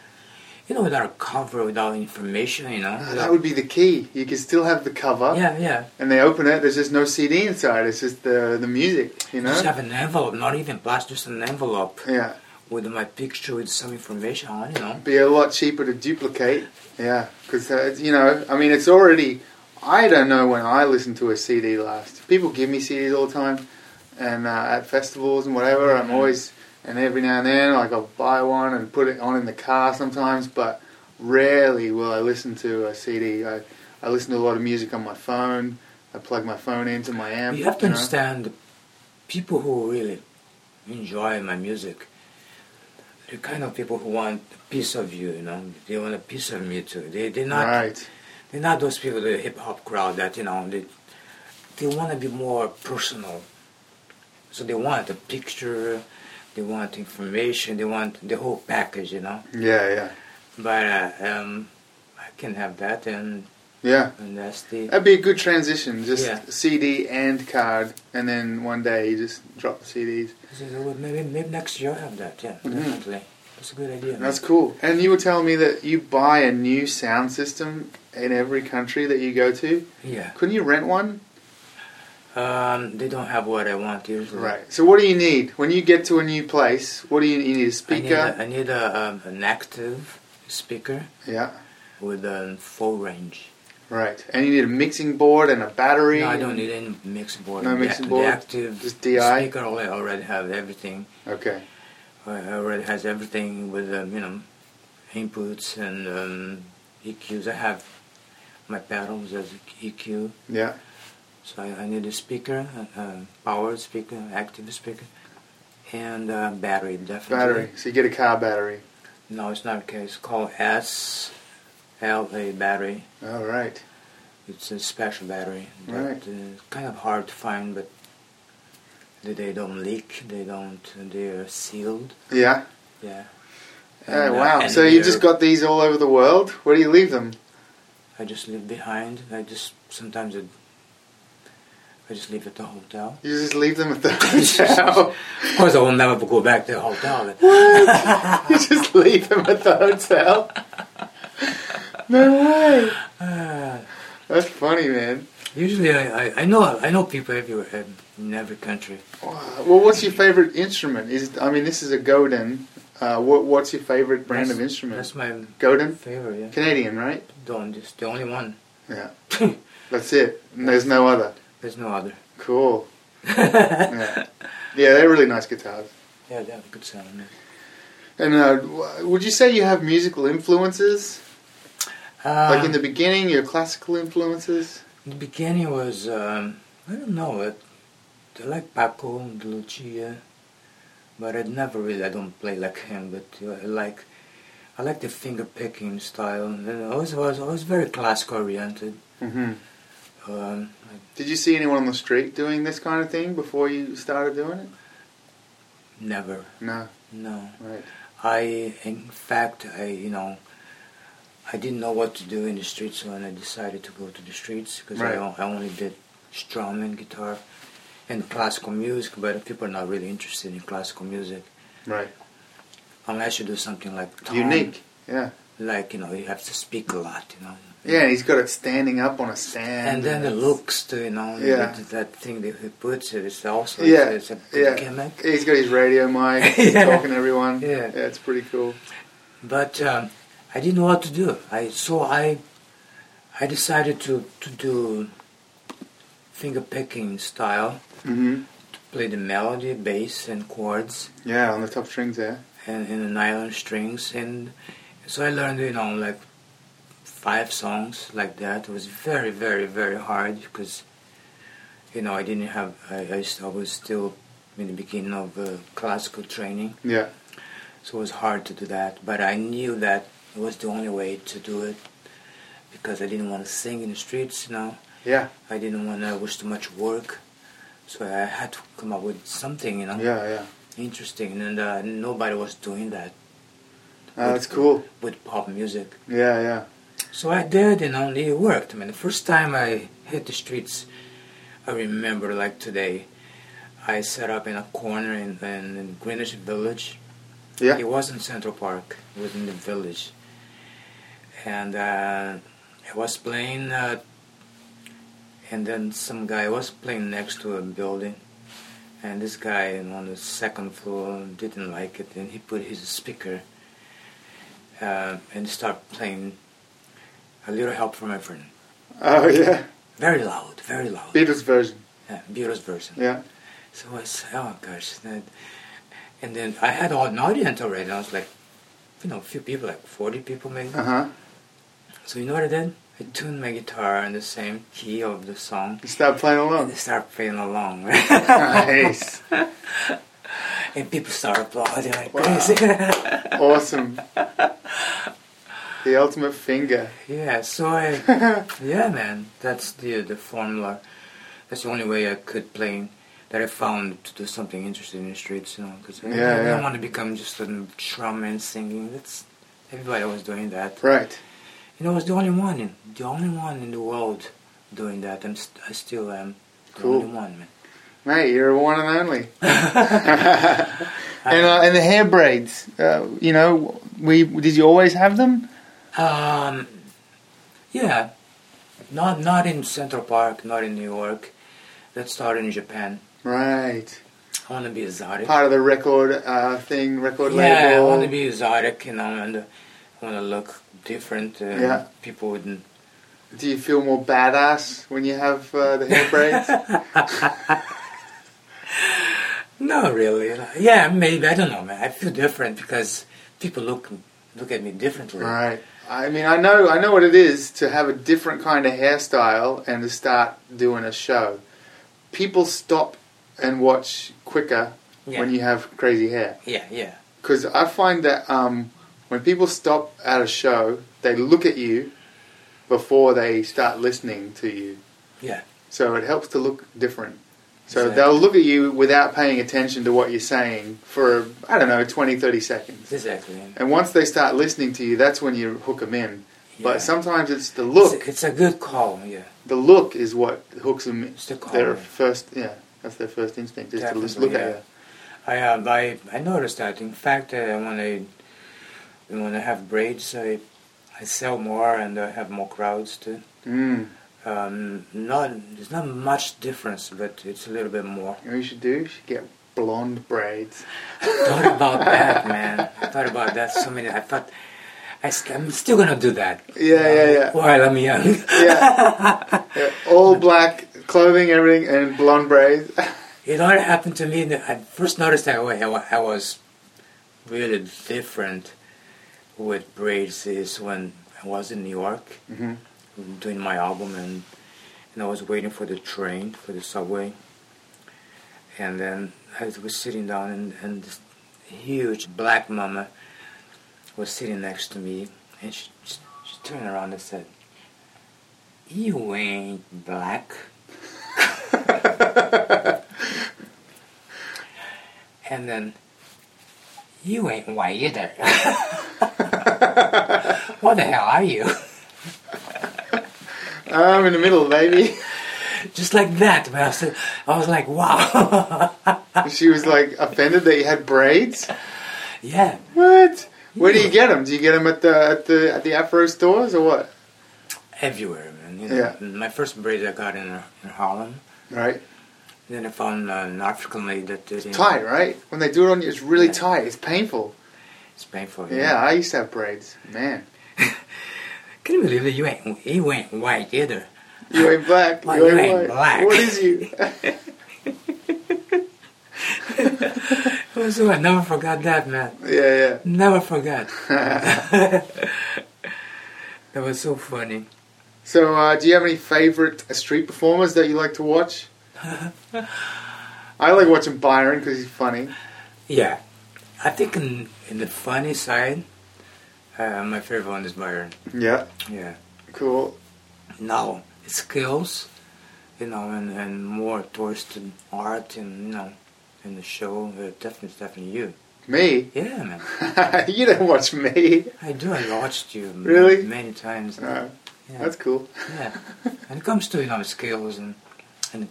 you know without a cover without information you know Ah, without- that would be the key. You can still have the cover, yeah yeah and they open it. There's just no CD inside. It's just the the music, you know. just have an envelope not even plastic just an envelope yeah, with my picture with some information on you know be a lot cheaper to duplicate. Yeah, because uh, you know, I mean, it's already. I don't know when I listened to a CD last. People give me CDs all the time, and uh, at festivals and whatever. Mm-hmm. I'm always and every now and then, like I'll buy one and put it on in the car sometimes, but rarely will I listen to a CD. I I listen to a lot of music on my phone. I plug my phone into my amp. you have to know? understand the people who really enjoy my music the kind of people who want a piece of you you know they want a piece of me too they, they're not Right. They're not those people, the hip hop crowd that, you know, they, they want to be more personal. So they want a picture, They want information. They want the whole package, you know. Yeah, yeah, But uh, um, I can have that, and, yeah. and that's the That'd be a good transition. Just Yeah. CD and card, and then one day you just drop the CDs. I said, "Oh, well, maybe maybe next year I'll have that. Yeah, definitely. That's a good idea. Mm-hmm. That's cool. And you were telling me that you buy a new sound system in every country that you go to. yeah. Couldn't you rent one? Um, they don't have what I want usually. Right. So what do you need when you get to a new place? What do you need? You need a I need a, speaker. I need a, um, an active speaker yeah. with a full range. Right. And you need a mixing board and a battery. No, I don't need any mixing board. No The- mixing the, board, active just DI? speaker already, already have everything. Okay. I- I already has everything with um, you know inputs and um, EQs. I have my pedals as EQ. Yeah. So I, I need a speaker, a, a power speaker, active speaker, and uh battery, definitely. Battery. So you get a car battery. No, it's not okay. It's called SLA battery. All right. It's a special battery. that, Right. uh, kind of hard to find, but they, they don't leak. They don't. They're sealed. Yeah. Yeah. oh And, uh, wow. and So you they're- just got these all over the world. Where do you leave them? I just leave behind. I just sometimes it, I just leave at the *laughs* hotel. You just leave *laughs* them at the hotel. Of course, I will never go back to the hotel. *laughs* you just leave them at the hotel. No *sighs* way. That's funny, man. Usually, I, I, I know I know people everywhere um, in every country. Wow. Well, what's your favorite instrument? Is I mean, this is a Godin. Uh, what, what's your favorite brand of instrument? That's my Godin, favorite. Yeah. Canadian, right? Don't just the only one. Yeah. That's it. And there's no other. *laughs* There's no other. Cool. *laughs* yeah. yeah, they're really nice guitars. Yeah, they have a good sound. yeah. And uh, w- would you say you have musical influences? Um, like in the beginning, your classical influences? the beginning was um, I don't know it. I like Paco de Lucia, but I never really I don't play like him. But uh, I like I like the finger picking style. And I was I was, I was very classic oriented. Mm-hmm. Um, Did you see anyone on the street doing this kind of thing before you started doing it? never No. no. Right. I, in fact, I, you know, I didn't know what to do in the streets, so I decided to go to the streets because Right. I, on- I only did strum and guitar and classical music, but people are not really interested in classical music Right. unless you do something like Tom, Unique. Yeah. like you know, you have to speak a lot, you know. Yeah, he's got it standing up on a stand. And then the looks, too, you know, Yeah. that, that thing that he puts it is also Yeah, it's, a good yeah. gimmick. He's got his radio mic, *laughs* Yeah. talking to everyone. Yeah. yeah, it's pretty cool. but um, I didn't know what to do. I so I I decided to to do finger picking style, Mm-hmm. play the melody, bass, and chords, Yeah, on the top strings there. and in the nylon strings, and so I learned you know like five songs like that. It was very very very hard because you know I didn't have I, I, s- I was still in the beginning of uh, classical training. Yeah, So it was hard to do that, but I knew that it was the only way to do it because I didn't want to sing in the streets, you know. yeah, I didn't want to, it was too much work. So I had to come up with something, you know, yeah, yeah. interesting. And uh, nobody was doing that Oh, that's cool. with pop music. Yeah, yeah. So I did, and only it worked. I mean, the first time I hit the streets, I remember like today, I set up in a corner in, in, in Greenwich Village. Yeah. It was in Central Park, it was in the village. And uh, I was playing, uh, and then some guy was playing next to a building. And this guy on the second floor didn't like it, and he put his speaker uh, and started playing a little help from my friend. Oh, yeah. Very loud, very loud. Beatles version. Yeah, Beatles version. Yeah, So I said, oh gosh. That, and then I had an audience already. I was like, you know, a few people, like 40 people maybe. uh huh. So you know what I did? I tuned my guitar in the same key of the song You start playing and I along. started playing along. *laughs* nice. and people started applauding like Wow. crazy. *laughs* Awesome. The ultimate finger. yeah, so I, yeah man, that's the, the formula. That's the only way I could play. that I found to do something interesting in the streets, you know, because I, Yeah, I yeah. don't want to become just a drummer and singing. That's everybody was doing that. Right. You know, I was the only one, in, the only one in the world doing that. I'm, st- I still am the Cool. only one, man. Mate, you're a one and *laughs* only. and, uh, and the hair braids, uh, you know, we did you always have them? Um, yeah, not not in Central Park, not in New York. That started in Japan. Right. I want to be exotic. Part of the record uh, thing, record yeah, I label. want to be exotic, you know, and uh, I want to look different. Uh, Yeah. People wouldn't. Do you feel more badass when you have uh, the *laughs* hair braids? No, really. Yeah, maybe I don't know, man. I feel different because people look look at me differently. right. I mean, I know, I know what it is to have a different kind of hairstyle and to start doing a show. People stop and watch quicker Yeah. when you have crazy hair. Yeah, yeah, because I find that um, when people stop at a show, they look at you before they start listening to you. yeah. So it helps to look different. So Exactly. they'll look at you without paying attention to what you're saying for, I don't know, 20, 30 seconds. Exactly. And once they start listening to you, that's when you hook them in. Yeah. But sometimes it's the It's- look. it's, a good call. Yeah, The look is what hooks them. it's the call. Their yeah. first, yeah, that's their first instinct is to just Definitely, look yeah. at I um, I I noticed that. In fact, uh, when I when I have braids, I I sell more and I have more crowds too. you. Mm. Um, not there's not much difference, but it's a little bit more. *laughs* You know what you should do? You should get blonde braids. thought about that, man. I thought about that so many. I thought I st- I'm still gonna do that. Um, Yeah, yeah, yeah. While I'm young. yeah. Yeah, *laughs* All black clothing, everything, and blonde braids. It all happened to me. and I first noticed that way. I wa- I was really different with braids is when I was in New York Mhm. doing my album, and and I was waiting for the train for the subway, and then I was sitting down, and and this huge black mama was sitting next to me, and she she, she turned around and said, "You ain't black." And then, you ain't white either. *laughs* what the hell are you? I'm in the middle, baby. Just like that. But I was, I was like, wow. *laughs* She was like offended that you had braids. yeah. What? Where do you get them? Do you get them at the at the at the Afro stores or what? Everywhere, man. You know, My first braid I got in, uh, in Harlem. Right, Then I found uh, an African lady that did it. tight, right? When they do it on you, it's really Yeah. Mm-hmm. tight. It's painful. It's painful. you Yeah, know. I used to have braids. Man, Can you believe that you ain't, you ain't white either? you ain't black. Well, you ain't black. What is you? *laughs* Oh, So I never forgot that, man. yeah, Never forgot. *laughs* yeah. *laughs* That was so funny. so, uh, do you have any favorite uh, street performers that you like to *laughs* watch? I like watching Byron because he's funny. Yeah. I think in, in the funny side, uh, my favorite one is Byron. Yeah, Yeah. cool. now skills, you know, and, and more towards the art and you know, and the show. Uh, definitely, definitely you. Me? *laughs* Yeah, man. you don't watch me. I do. I watched you m- Really? many times. No, yeah, that's cool. yeah. And it comes to you know skills and and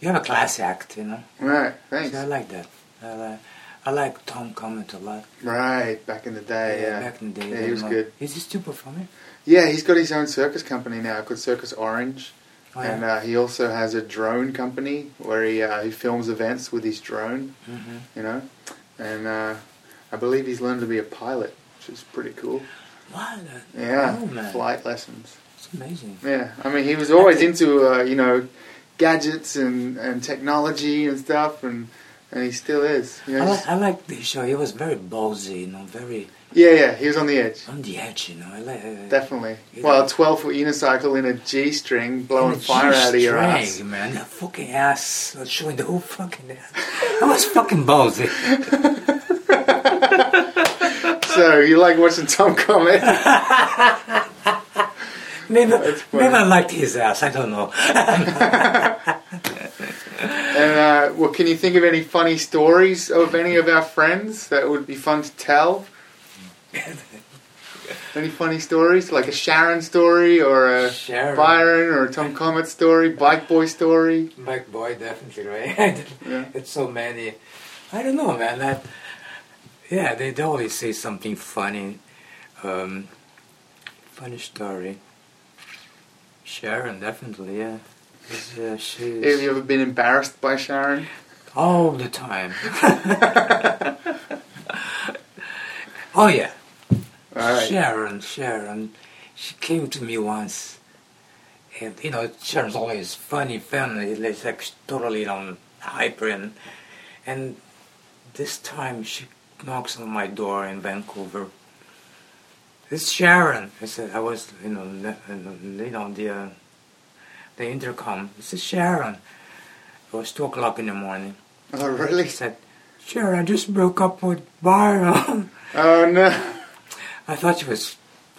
you have a class act, you know. Right, So I thanks. like that. I like, I like Tom Comment a lot. Right, back in the day, yeah. Back in the day. Yeah, he you was know. good. Is he still performing? Yeah, he's got his own circus company now called Circus Orange. Oh, And yeah. uh, he also has a drone company where he, uh, he films events with his drone, hmm you know. And uh, I believe he's learned to be a pilot, which is pretty cool. Wow, Yeah, Oh, man. flight lessons. that's amazing. Yeah, I mean, he was always into uh, you know gadgets and, and technology and stuff, and and he still is. You know, I just- like, I like the show. He was very ballsy, you know, very yeah, yeah, he was on the edge, on the edge, you know. I like, uh, definitely. Yeah. Well, a twelve foot unicycle in a g string, blowing And the fire out of your G-string, ass. man. That fucking ass, uh, showing the whole fucking ass. I was fucking ballsy. So you like watching Tom *laughs* Comet? Maybe, funny. maybe I liked his ass. I don't know. and uh, can you think of any funny stories of any of our friends that would be fun to tell? any funny stories, like a Sharon story or *laughs* a Sharon. Byron or a Tom Comet story, Bike Boy story? Mike Boy, definitely, *laughs* right? Yeah. it's so many. I don't know, man. That, yeah, they they always say something funny, um, funny story. Sharon, definitely, yeah. Yeah, she's Have you ever been embarrassed by Sharon? all the time. oh yeah, All right. Sharon, Sharon, she came to me once, and you know Sharon's always funny, funny, like like totally you know, hyper, and and this time she knocks on my door in Vancouver. It's Sharon. I said I was you know ne- you know the uh, the intercom. This is Sharon. It was two o'clock in the morning. Oh, She really? said, Sharon, I just broke up with Byron. *laughs* Oh, no. I thought you was,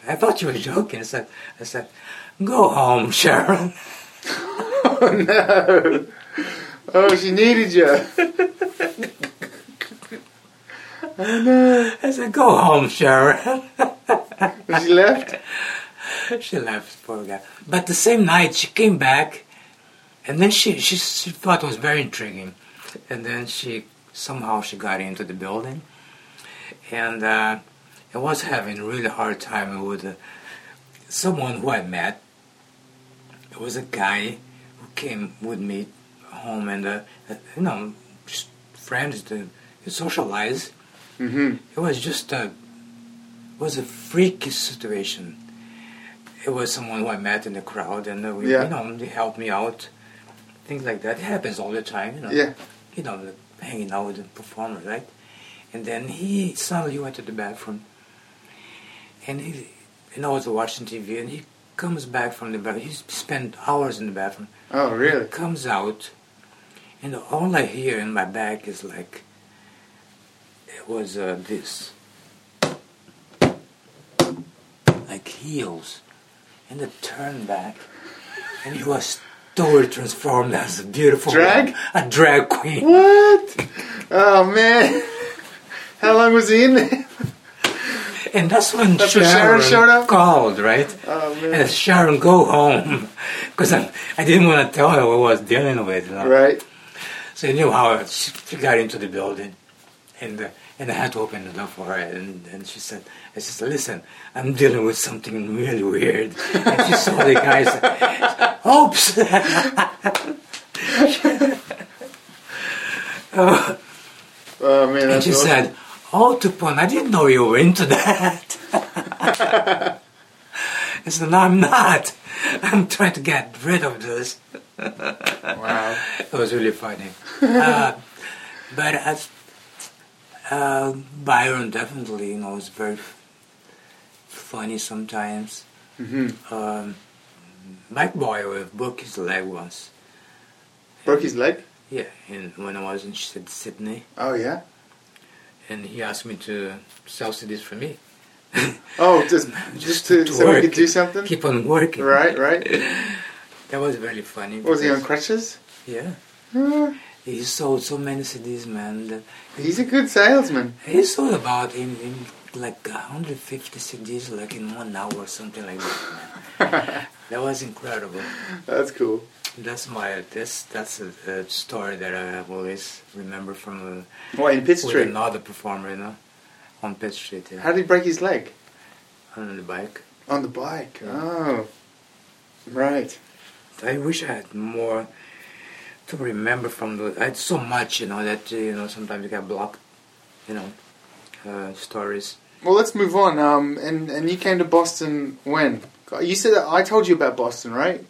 I thought you were joking. I said, I said, go home, Sharon. *laughs* Oh, no. Oh, she needed you. I said, go home, Sharon. *laughs* She left? she left, poor guy. But the same night, she came back, and then she, she, she thought it was very intriguing. And then she, somehow she got into the building, and uh, I was having a really hard time with uh, someone who I met. It was a guy who came with me home, and, uh, you know, just friends to socialize. Mm-hmm. It was just a was a freaky situation. It was someone who I met in the crowd, and uh, we, Yeah. you know, they helped me out. Things like that it happens all the time, you know. Yeah. You know, like, hanging out with the performer, right? And then he suddenly went to the bathroom, and he, you know, I was watching TV, and he comes back from the bathroom. He spent hours in the bathroom. Oh, really? It comes out, and all I hear in my back is like, it was uh, this, like heels, and the turn back, and he was totally transformed as a beautiful Drag? woman, a drag queen. What? Oh, man. How long was he in there? And that's when That's when Sharon, Sharon showed up? called, right? Oh, And man. Sharon, go home, because I, I didn't want to tell her what I was dealing with. You know? Right. So anyhow, she she got into the building, and uh, and I had to open the door for her. And, and she said, "I said, listen, I'm dealing with something really weird." *laughs* And she saw the guy. said, Oops. *laughs* Oh, man, and that's she awesome. said, "Oh, Tupon, I didn't know you were into that." *laughs* I said, "No, I'm not. I'm trying to get rid of this." Wow. It was really funny. *laughs* uh, but as uh, Byron definitely, you know, is very funny sometimes. Mm-hmm. Um, Mike Boy uh, broke his leg once. Broke his leg? Yeah, and when I was in Syd- Sydney, Oh, yeah. and he asked me to sell CDs for me. Oh, just *laughs* just to, *laughs* to so we work. could do something. Keep on working. Right, right. *laughs* That was really funny. Was he on because- crutches? Yeah. Huh. He sold so many CDs, man. That He's a good salesman. He sold about in, in like 150 CDs, like in one hour or something like that. *laughs* that was incredible. That's cool. That's my that's that's a, a story that I have always remember from uh, Why in Pitt with Street? another performer, you know, on Pitt Street yeah, How did he break his leg? on the bike. On the bike. Yeah. Oh, right. I wish I had more to remember from the. I had so much, you know, that uh, you know sometimes you get blocked, you know, uh, stories. Well, let's move on. Um, and and you came to Boston when? God, You said that I told you about Boston, right?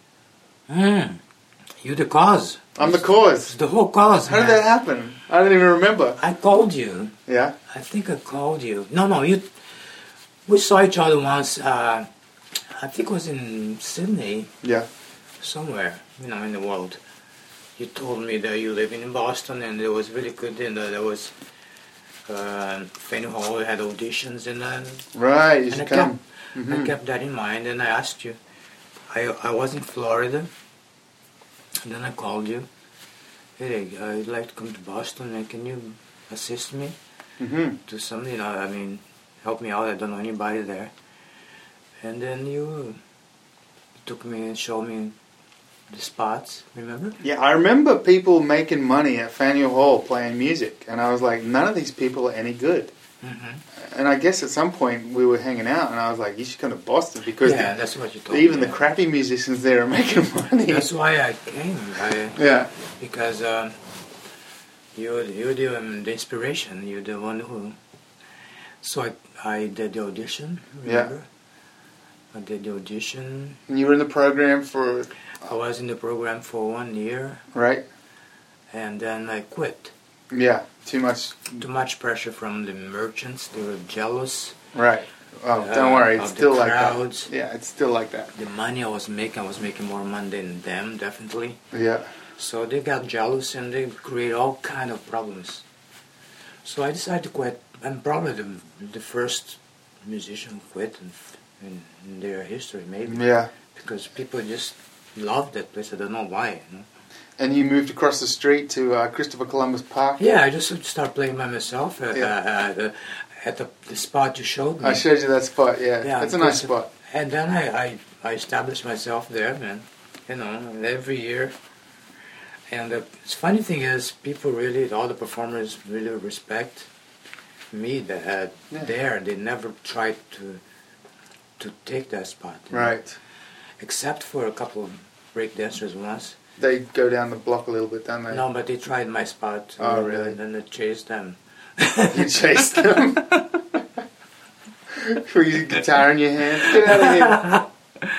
Hmm. Mm. You the cause. I'm the cause. The whole cause. How did man. that happen? I don't even remember. I called you. Yeah. I think I called you. No, no, you. We saw each other once. Uh, I think it was in Sydney, Yeah. somewhere, you know, in the world. You told me that you live in Boston, and it was really good, and uh, there was uh, Fanny Hall had auditions, and then Right. You and I should kept, come. Mhm. I kept that in mind, and I asked you. I I was in Florida, and then I called you, hey, I'd like to come to Boston. And can you assist me? Mm-hmm. do something. You know, I mean, help me out. I don't know anybody there. And then you took me and showed me the spots. Remember? Yeah, I remember people making money at Faneuil Hall playing music, and I was like, none of these people are any good. And I guess at some point we were hanging out, and I was like, you should come to Boston because Yeah, the- that's what you told me. even the crappy musicians there are *laughs* making money. That's why I came. I, yeah, because um, you you the um, the inspiration. You're the one who. So I I did the audition. Yeah. Remember? I did the audition. and you were in the program for I was in the program for one year, right. and then I quit. Yeah, too much. too much pressure from the merchants. They were jealous. Right. Oh, uh, don't worry, of it's the still like that. crowds. Yeah, it's still like that. The money I was making, I was making more money than them, definitely. Yeah. So they got jealous and they create all kind of problems. So I decided to quit. I'm probably the, the first musician who quit in, in, in their history, maybe. Yeah. Because people just love that place. I don't know why. You know? And you moved across the street to uh, Christopher Columbus Park. Yeah, I just start playing by myself at, Yeah. uh, uh, the, at the, the spot you showed me. I showed you that spot. Yeah, Yeah, that's a nice Christopher- spot. And then I, I, I established myself there, man. You know, and every year. And the funny thing is, people really, all the performers really respect me. That had Yeah. there, they never tried to to take that spot. you know. Right. Except for a couple of break dancers once. They go down the block a little bit, don't they? No, but they tried my spot. Oh, and really? then- then they chased them. *laughs* You chase *laughs* them. With your guitar in your hand. Get out of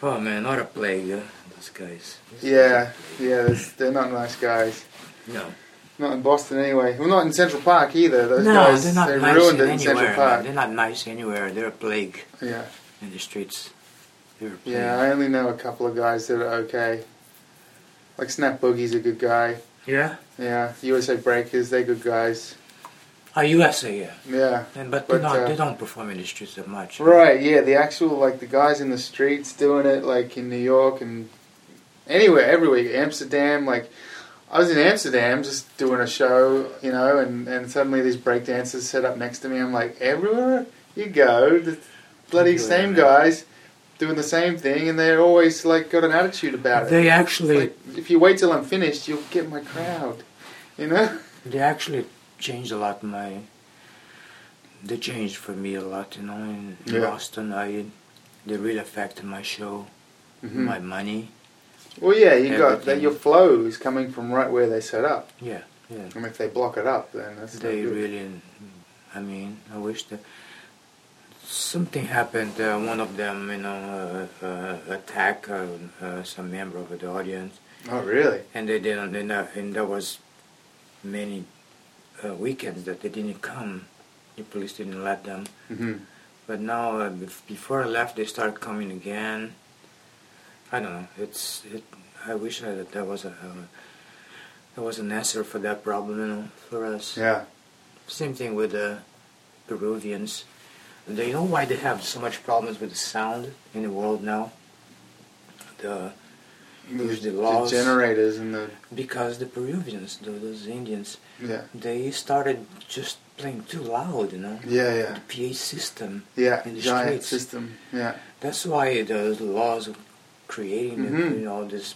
Oh man, not a plague, uh, those guys. here. Yeah, yeah, that's- they're not nice guys. No. Not in Boston anyway. Well, not in Central Park either. Those no, guys, they're not they nice ruined it in anywhere. Central man. Park. They're not nice anywhere. They're a plague Yeah, in the streets. They're a plague. yeah, I only know a couple of guys that are okay. Like Snap Boogie's a good guy. Yeah? Yeah, USA Breakers, they're good guys. Ah, USA, yeah. Yeah. And, but But, they're not, uh, they don't perform in the streets that much. Right, yeah, the actual, like, the guys in the streets doing it, like, in New York and anywhere, everywhere. Amsterdam, like, I was in Amsterdam just doing a show, you know, and, and suddenly these breakdancers set up next to me. I'm like, everywhere you go, the bloody Yeah, same man. guys doing the same thing, and they're always, like, got an attitude about it. They actually, like, if you wait till I'm finished, you'll get my crowd, you know? they actually changed a lot my, they changed for me a lot, you know, in Yeah. Boston, I, they really affected my show, Mhm. my money, *laughs* Well, yeah, you got that. Mm-hmm. Everything. Your flow is coming from right where they set up, yeah, yeah. and if they block it up, then that's not They good. really, I mean, I wish that something happened. Uh, one of them, you know, uh, uh, attack uh, uh, some member of the audience, Oh, really? and they didn't. And, uh, and there was many uh, weekends that they didn't come. The police didn't let them. hmm But now, uh, bef- before I left, they started coming again. I don't know. It's it. I wish that there was a. Uh, there was an answer for that problem, you know, for us. Yeah. Same thing with the Peruvians. They know why they have so much problems with the sound in the world now. The The, Usually the laws. generators and the because the Peruvians, tho- those Indians, yeah, they started just playing too loud, you know. yeah, yeah, The PA system. yeah. In the Giant streets. system. Yeah. That's why the laws of creating, the- Mhm. you know, this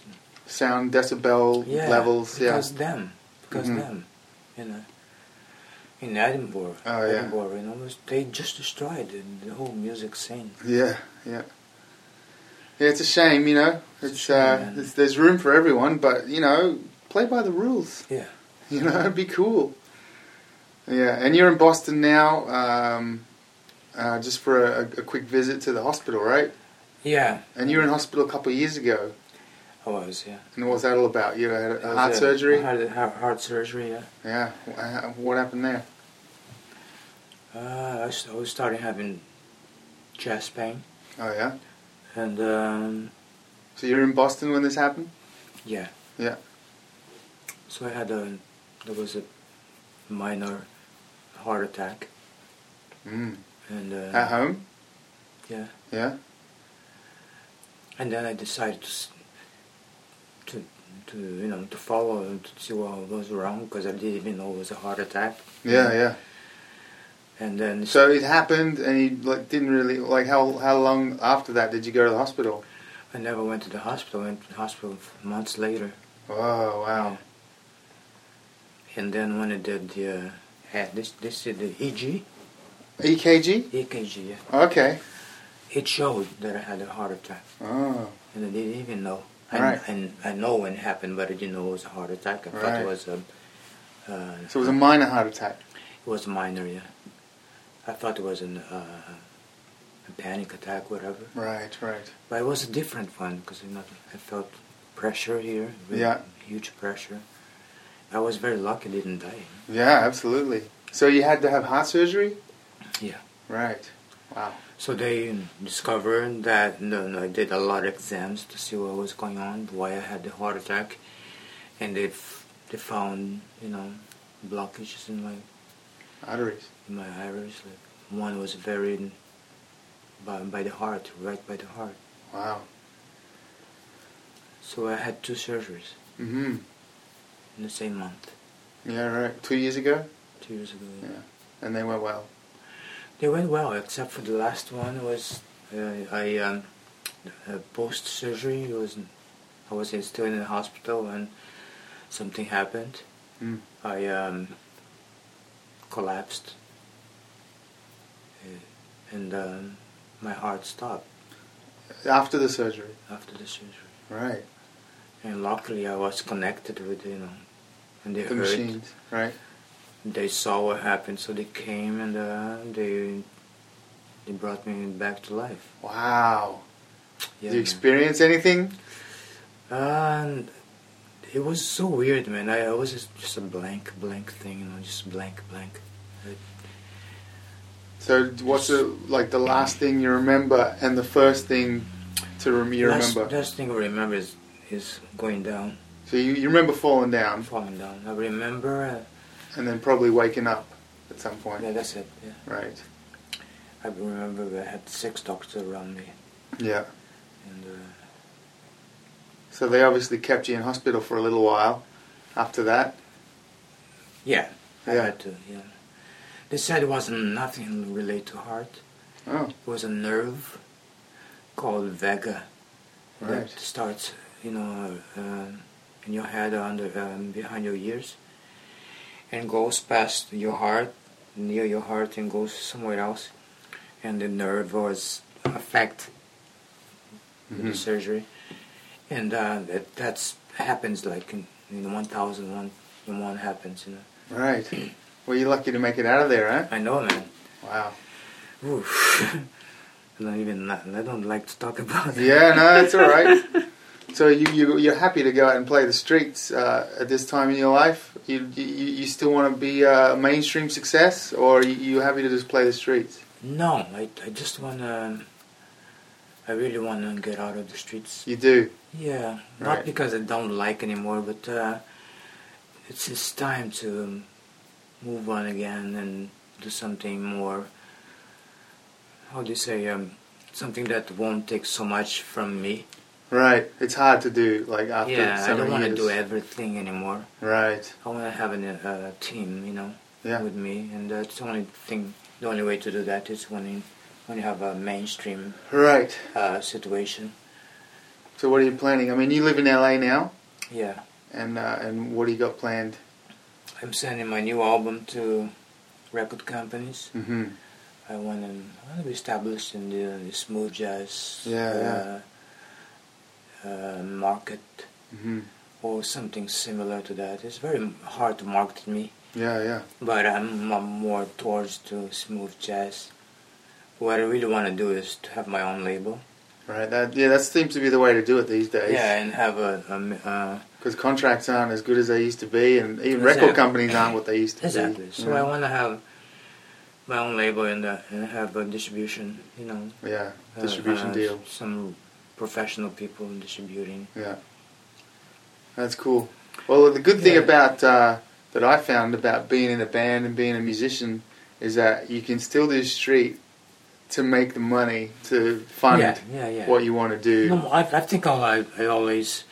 Sound decibel yeah, levels. Yeah. Because them, because Mhm. them, you know. In Edinburgh, Oh, yeah. Edinburgh, you know, they just destroyed the, the whole music scene. Yeah. Yeah. Yeah. It's a shame, you know. It's a It's shame, uh, man. it's, there's room for everyone, but you know, play by the rules. Yeah. *laughs* You know, be cool. Yeah, and you're in Boston now, um, uh, just for a, a quick visit to the hospital, right? Yeah, And you were in hospital a couple of years ago. I was, yeah. And what's that all about? You had It Uh-huh. a was heart a surgery. Heart, heart, heart surgery, yeah. Yeah. Wha- What happened there? Uh, I, s- I was starting having chest pain, Oh yeah. and um, So you're in Boston when this happened? yeah. Yeah. So I had a, there was a minor heart attack, Mm. and uh, At home? yeah, Yeah. and then I decided to, s- to to you know to follow and to see what was wrong because I didn't even know it was a heart attack. Yeah, yeah. And then So it happened, and you like didn't really like how how long after that did you go to the hospital? I never went to the hospital. I went to the hospital months later. Oh wow! And then when I did the uh, had this this is the E EG EKG. EKG, yeah, E Okay. it showed that I had a heart attack, Oh, and I didn't even know. I, Right. And I know when it happened, but I didn't know it was a heart attack. I thought Right. it was a uh, so it was a minor heart attack. it was minor. Yeah, I thought it was an uh, a panic attack, whatever. Right, right. But it was a different one because you know, I felt pressure here, really Yeah. huge pressure. I was very lucky; I didn't die. Yeah, absolutely. So you had to have heart surgery. Yeah. Right. Wow. So they discovered that no, no, I did a lot of exams to see what was going on, why I had the heart attack, and they f- they found you know blockages in my Arteries. in my iris. Like one was very by, by the heart, right by the heart. Wow. So I had two surgeries Mhm. in the same month, Yeah, right. Two years ago, two years ago. Yeah. and they went well. They went well, except for the last one was uh, I um, uh, post surgery. It was I was in- still in the hospital and something happened. Mm. I um, collapsed Uh, and um, my heart stopped After the surgery. after the surgery. Right. And luckily, I was connected with you know, and they The heard. machines. Right. they saw what happened, so they came and uh, they they brought me back to life. Wow. Yeah, Did you man. experience anything? And it was so weird, man. I, I was just, just a blank, blank thing, you know, just blank, blank. So what's the like the last thing you remember and the first thing to rem- you last, remember? Last thing I remember is, is going down, So you, you remember falling down falling down. I remember, and then probably waking up at some uh, point. yeah, that's it. Yeah. Right. I remember I had six doctors around me, Yeah. and uh, So they obviously kept you in hospital for a little while after that. yeah, I Yeah. had to. Yeah, they said it was nothing related to heart. Oh, It was a nerve called vega Right. that starts, you know, uh, in your head under um, behind your ears, and goes past your heart, near your heart, and goes somewhere else, and the nerve was affected with Mm-hmm. the surgery, and uh, that that's happens like in, in one thousand one in one happens, you know. right. Well, you're lucky to make it out of there, huh? I know, man. Wow. Oof. *laughs* I don't even I don't like to talk about it. Yeah, no, it's all *laughs* right. So you, you you're happy to go out and play the streets uh, at this time in your life? You you, you still want to be a mainstream success, or you, you happy to just play the streets? No, I, I just want to. I really want to get out of the streets. You do. Yeah, Right. not because I don't like anymore, but uh, it's it's time to move on again and do something more. How do you say? Um, something that won't take so much from me. Right. It's hard to do. Like after yeah, I so don't many want to years. do everything anymore. Right. I want to have an, uh, a team, you know, Yeah. with me, and that's the only thing. The only way to do that is when you when you have a mainstream Right. uh, situation. So what are you planning? I mean, you live in LA now, Yeah, and uh, and what do you got planned? I'm sending my new album to record companies. Mm-hmm. I want to, I want to be established in the, the smooth jazz Yeah, uh, Uh, market Mm-hmm. or something similar to that. It's very hard to market me, Yeah. Yeah. but I'm, i more towards to smooth jazz. What I really want to do is to have my own label. Right. That yeah. That seems to be the way to do it these days. Yeah, and have a, a uh, Because contracts aren't as good as they used to be, and even Exactly. record companies aren't what they used to be. exactly. So yeah. I want to have my own label and uh, and have a distribution. You know, Yeah, uh, distribution uh, deal. Some professional people distributing. Yeah, that's cool. Well, the good thing Yeah. about uh, that I found about being in a band and being a musician is that you can still do street to make the money to fund yeah, yeah, yeah. what you want to do. no, I, I think I'll, I, I always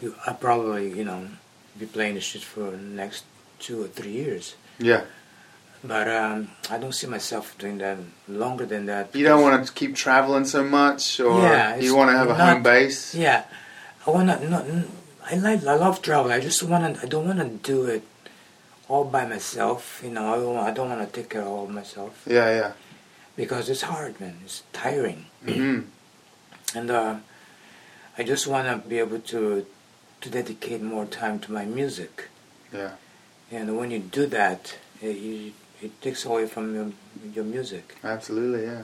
you- I probably, you know, be playing this shit for the next two or three years. Yeah. But um, I don't see myself doing that longer than that. You don't want to keep traveling so much, or Yeah, it's you want to have a not- home base. Yeah, I wanna. No, n- I like. I love travel. I just wanna. I don't wanna do it all by myself. You know, I don't. I don't wanna take care of all myself Yeah, because it's hard, man. It's tiring, yeah. Mm-hmm. and uh, I just wanna be able to to dedicate more time to my music. Yeah. And when you do that, it, you, it takes away from your, your music. Absolutely, yeah.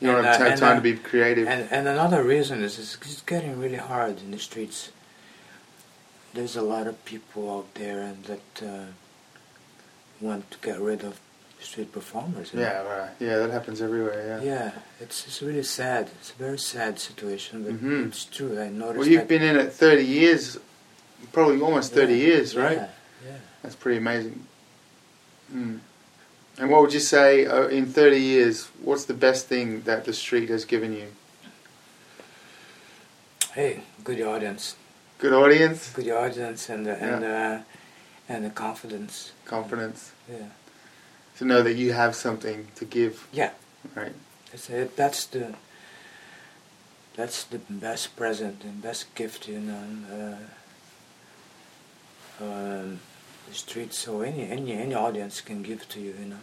You And, don't have uh, to have and, time uh, to be creative. And and another reason is it's, it's getting really hard in the streets. There's a lot of people out there and that uh, want to get rid of street performers. and- yeah, right. Yeah, that happens everywhere. Yeah. Yeah, it's it's really sad. It's a very sad situation, but Mhm. it's true. I noticed. Well, you've that- been in it 30 years, probably almost 30 Yeah, years, right? Yeah, yeah. That's pretty amazing. Mm. And what would you say uh, in 30 years? What's the best thing that the street has given you? Hey, good audience, Good audience, good audience, and uh, and uh, and the confidence. confidence, Yeah, to know that you have something to give, yeah. right? It's it, that's the that's the best present and best gift you know. Uh, um, the streets or any any any audience can give to you, you know.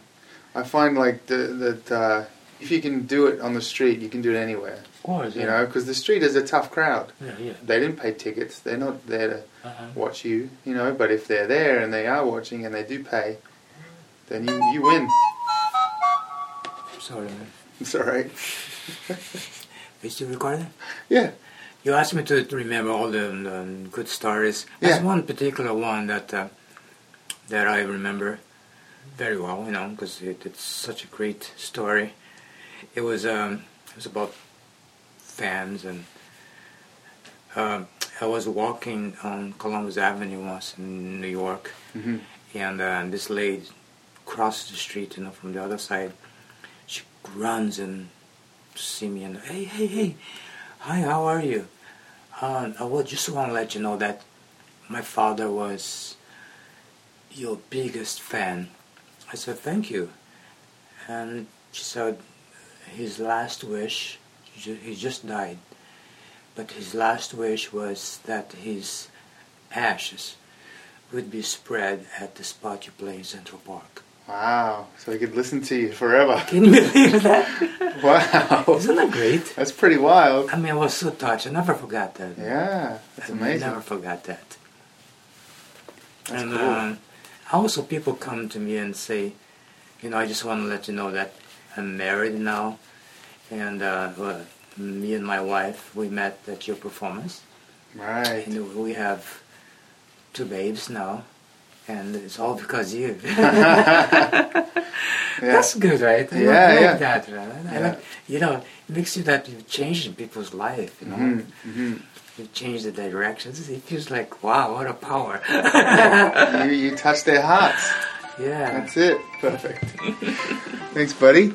I find like the, that uh, if you can do it on the street, you can do it anywhere, Of course, you know, because the street is a tough crowd. Yeah, yeah. They didn't pay tickets. They're not there to Uh-huh. watch you, you know. But if they're there and they are watching and they do pay, then you you win. *laughs* Sorry, man. It's all right. Is still recording? Yeah. You asked me to, to remember all the um, good stories. There's Yeah. one particular one that uh, that I remember very well, you know, because it, it's such a great story. It was um, it was about fans, and um I was walking on Columbus Avenue once in New York, Mhm. and uh, this lady crosses the street, you know, from the other side. She runs and see me, and hey, hey, hey, hi, how are you? Um, I would just want to let you know that my father was your biggest fan. I said, thank you. And she said, his last wish, ju- he just died, but his last wish was that his ashes would be spread at the spot you play in Central Park. Wow. So he could listen to you forever. *laughs* Can you *laughs* believe that? Wow. Isn't that great? That's pretty wild. I mean, I was so touched. I never forgot that. Yeah. That's I never amazing. forgot that. That's and cool. uh, also, people come to me and say, you know, I just want to let you know that I'm married now, and uh, well, me and my wife we met at your performance, Right. and we have two babes now, and it's all because *laughs* of you. *laughs* Yeah. That's good, right? I Yeah, like yeah. that, right? I like, you know, it makes you that you change people's life, you know. hmm You change the directions. It feels like, wow, what a power. *laughs* You, you touch their hearts. yeah. That's it. Perfect. *laughs* Thanks, buddy.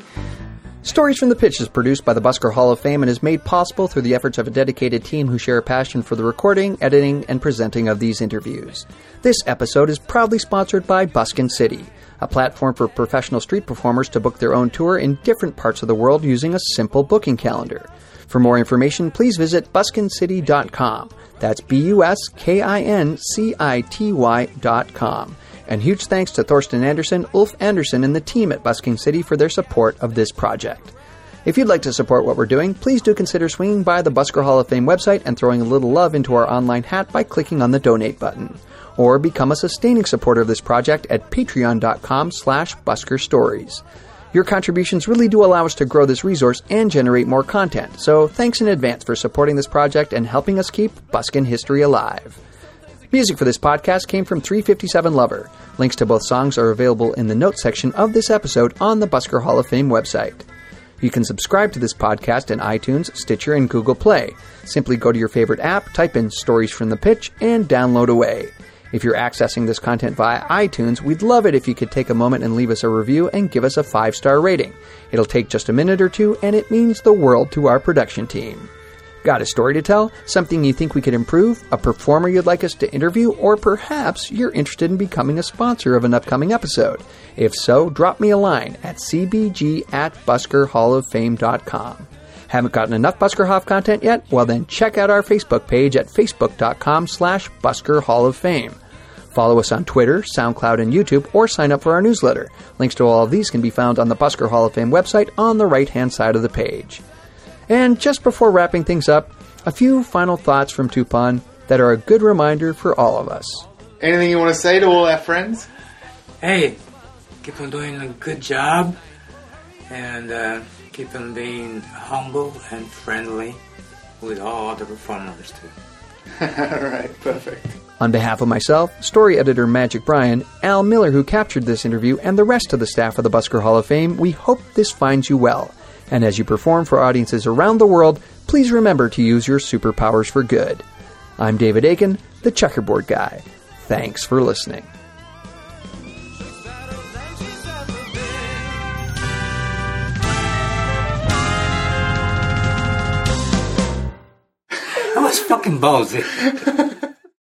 Stories from the Pitch is produced by the Busker Hall of Fame and is made possible through the efforts of a dedicated team who share a passion for the recording, editing, and presenting of these interviews. This episode is proudly sponsored by Buskin City, a platform for professional street performers to book their own tour in different parts of the world using a simple booking calendar. For more information, please visit buskincity.com. That's B U S K I N C I T Y.com. And huge thanks to Thorsten Anderson, Ulf Anderson, and the team at Busking City for their support of this project. If you'd like to support what we're doing, please do consider swinging by the Busker Hall of Fame website and throwing a little love into our online hat by clicking on the donate button. Or become a sustaining supporter of this project at patreon.com slash busker stories. Your contributions really do allow us to grow this resource and generate more content, so thanks in advance for supporting this project and helping us keep Buskin history alive. Music for this podcast came from 357 Lover. Links to both songs are available in the notes section of this episode on the Busker Hall of Fame website. You can subscribe to this podcast in iTunes, Stitcher, and Google Play. Simply go to your favorite app, type in Stories from the Pitch, and download away. If you're accessing this content via iTunes, we'd love it if you could take a moment and leave us a review and give us a five star rating. It'll take just a minute or two, and it means the world to our production team. Got a story to tell? Something you think we could improve? A performer you'd like us to interview? Or perhaps you're interested in becoming a sponsor of an upcoming episode? If so, drop me a line at cbg at buskerhalloffame.com. Haven't gotten enough Busker Hoff content yet? Well then check out our Facebook page at facebook.com slash Busker Hall of Fame. Follow us on Twitter, SoundCloud, and YouTube, or sign up for our newsletter. Links to all of these can be found on the Busker Hall of Fame website on the right hand side of the page. And just before wrapping things up, a few final thoughts from Tupan that are a good reminder for all of us. Anything you want to say to all our friends? hey, keep on doing a good job and uh, keep on being humble and friendly with all other performers too. *laughs* all right, perfect. On behalf of myself, story editor Magic Brian, Al Miller, who captured this interview, and the rest of the staff of the Busker Hall of Fame, we hope this finds you well. And as you perform for audiences around the world, please remember to use your superpowers for good. I'm David Aiken, the checkerboard guy. Thanks for listening. better than she's ever been. I was fucking ballsy.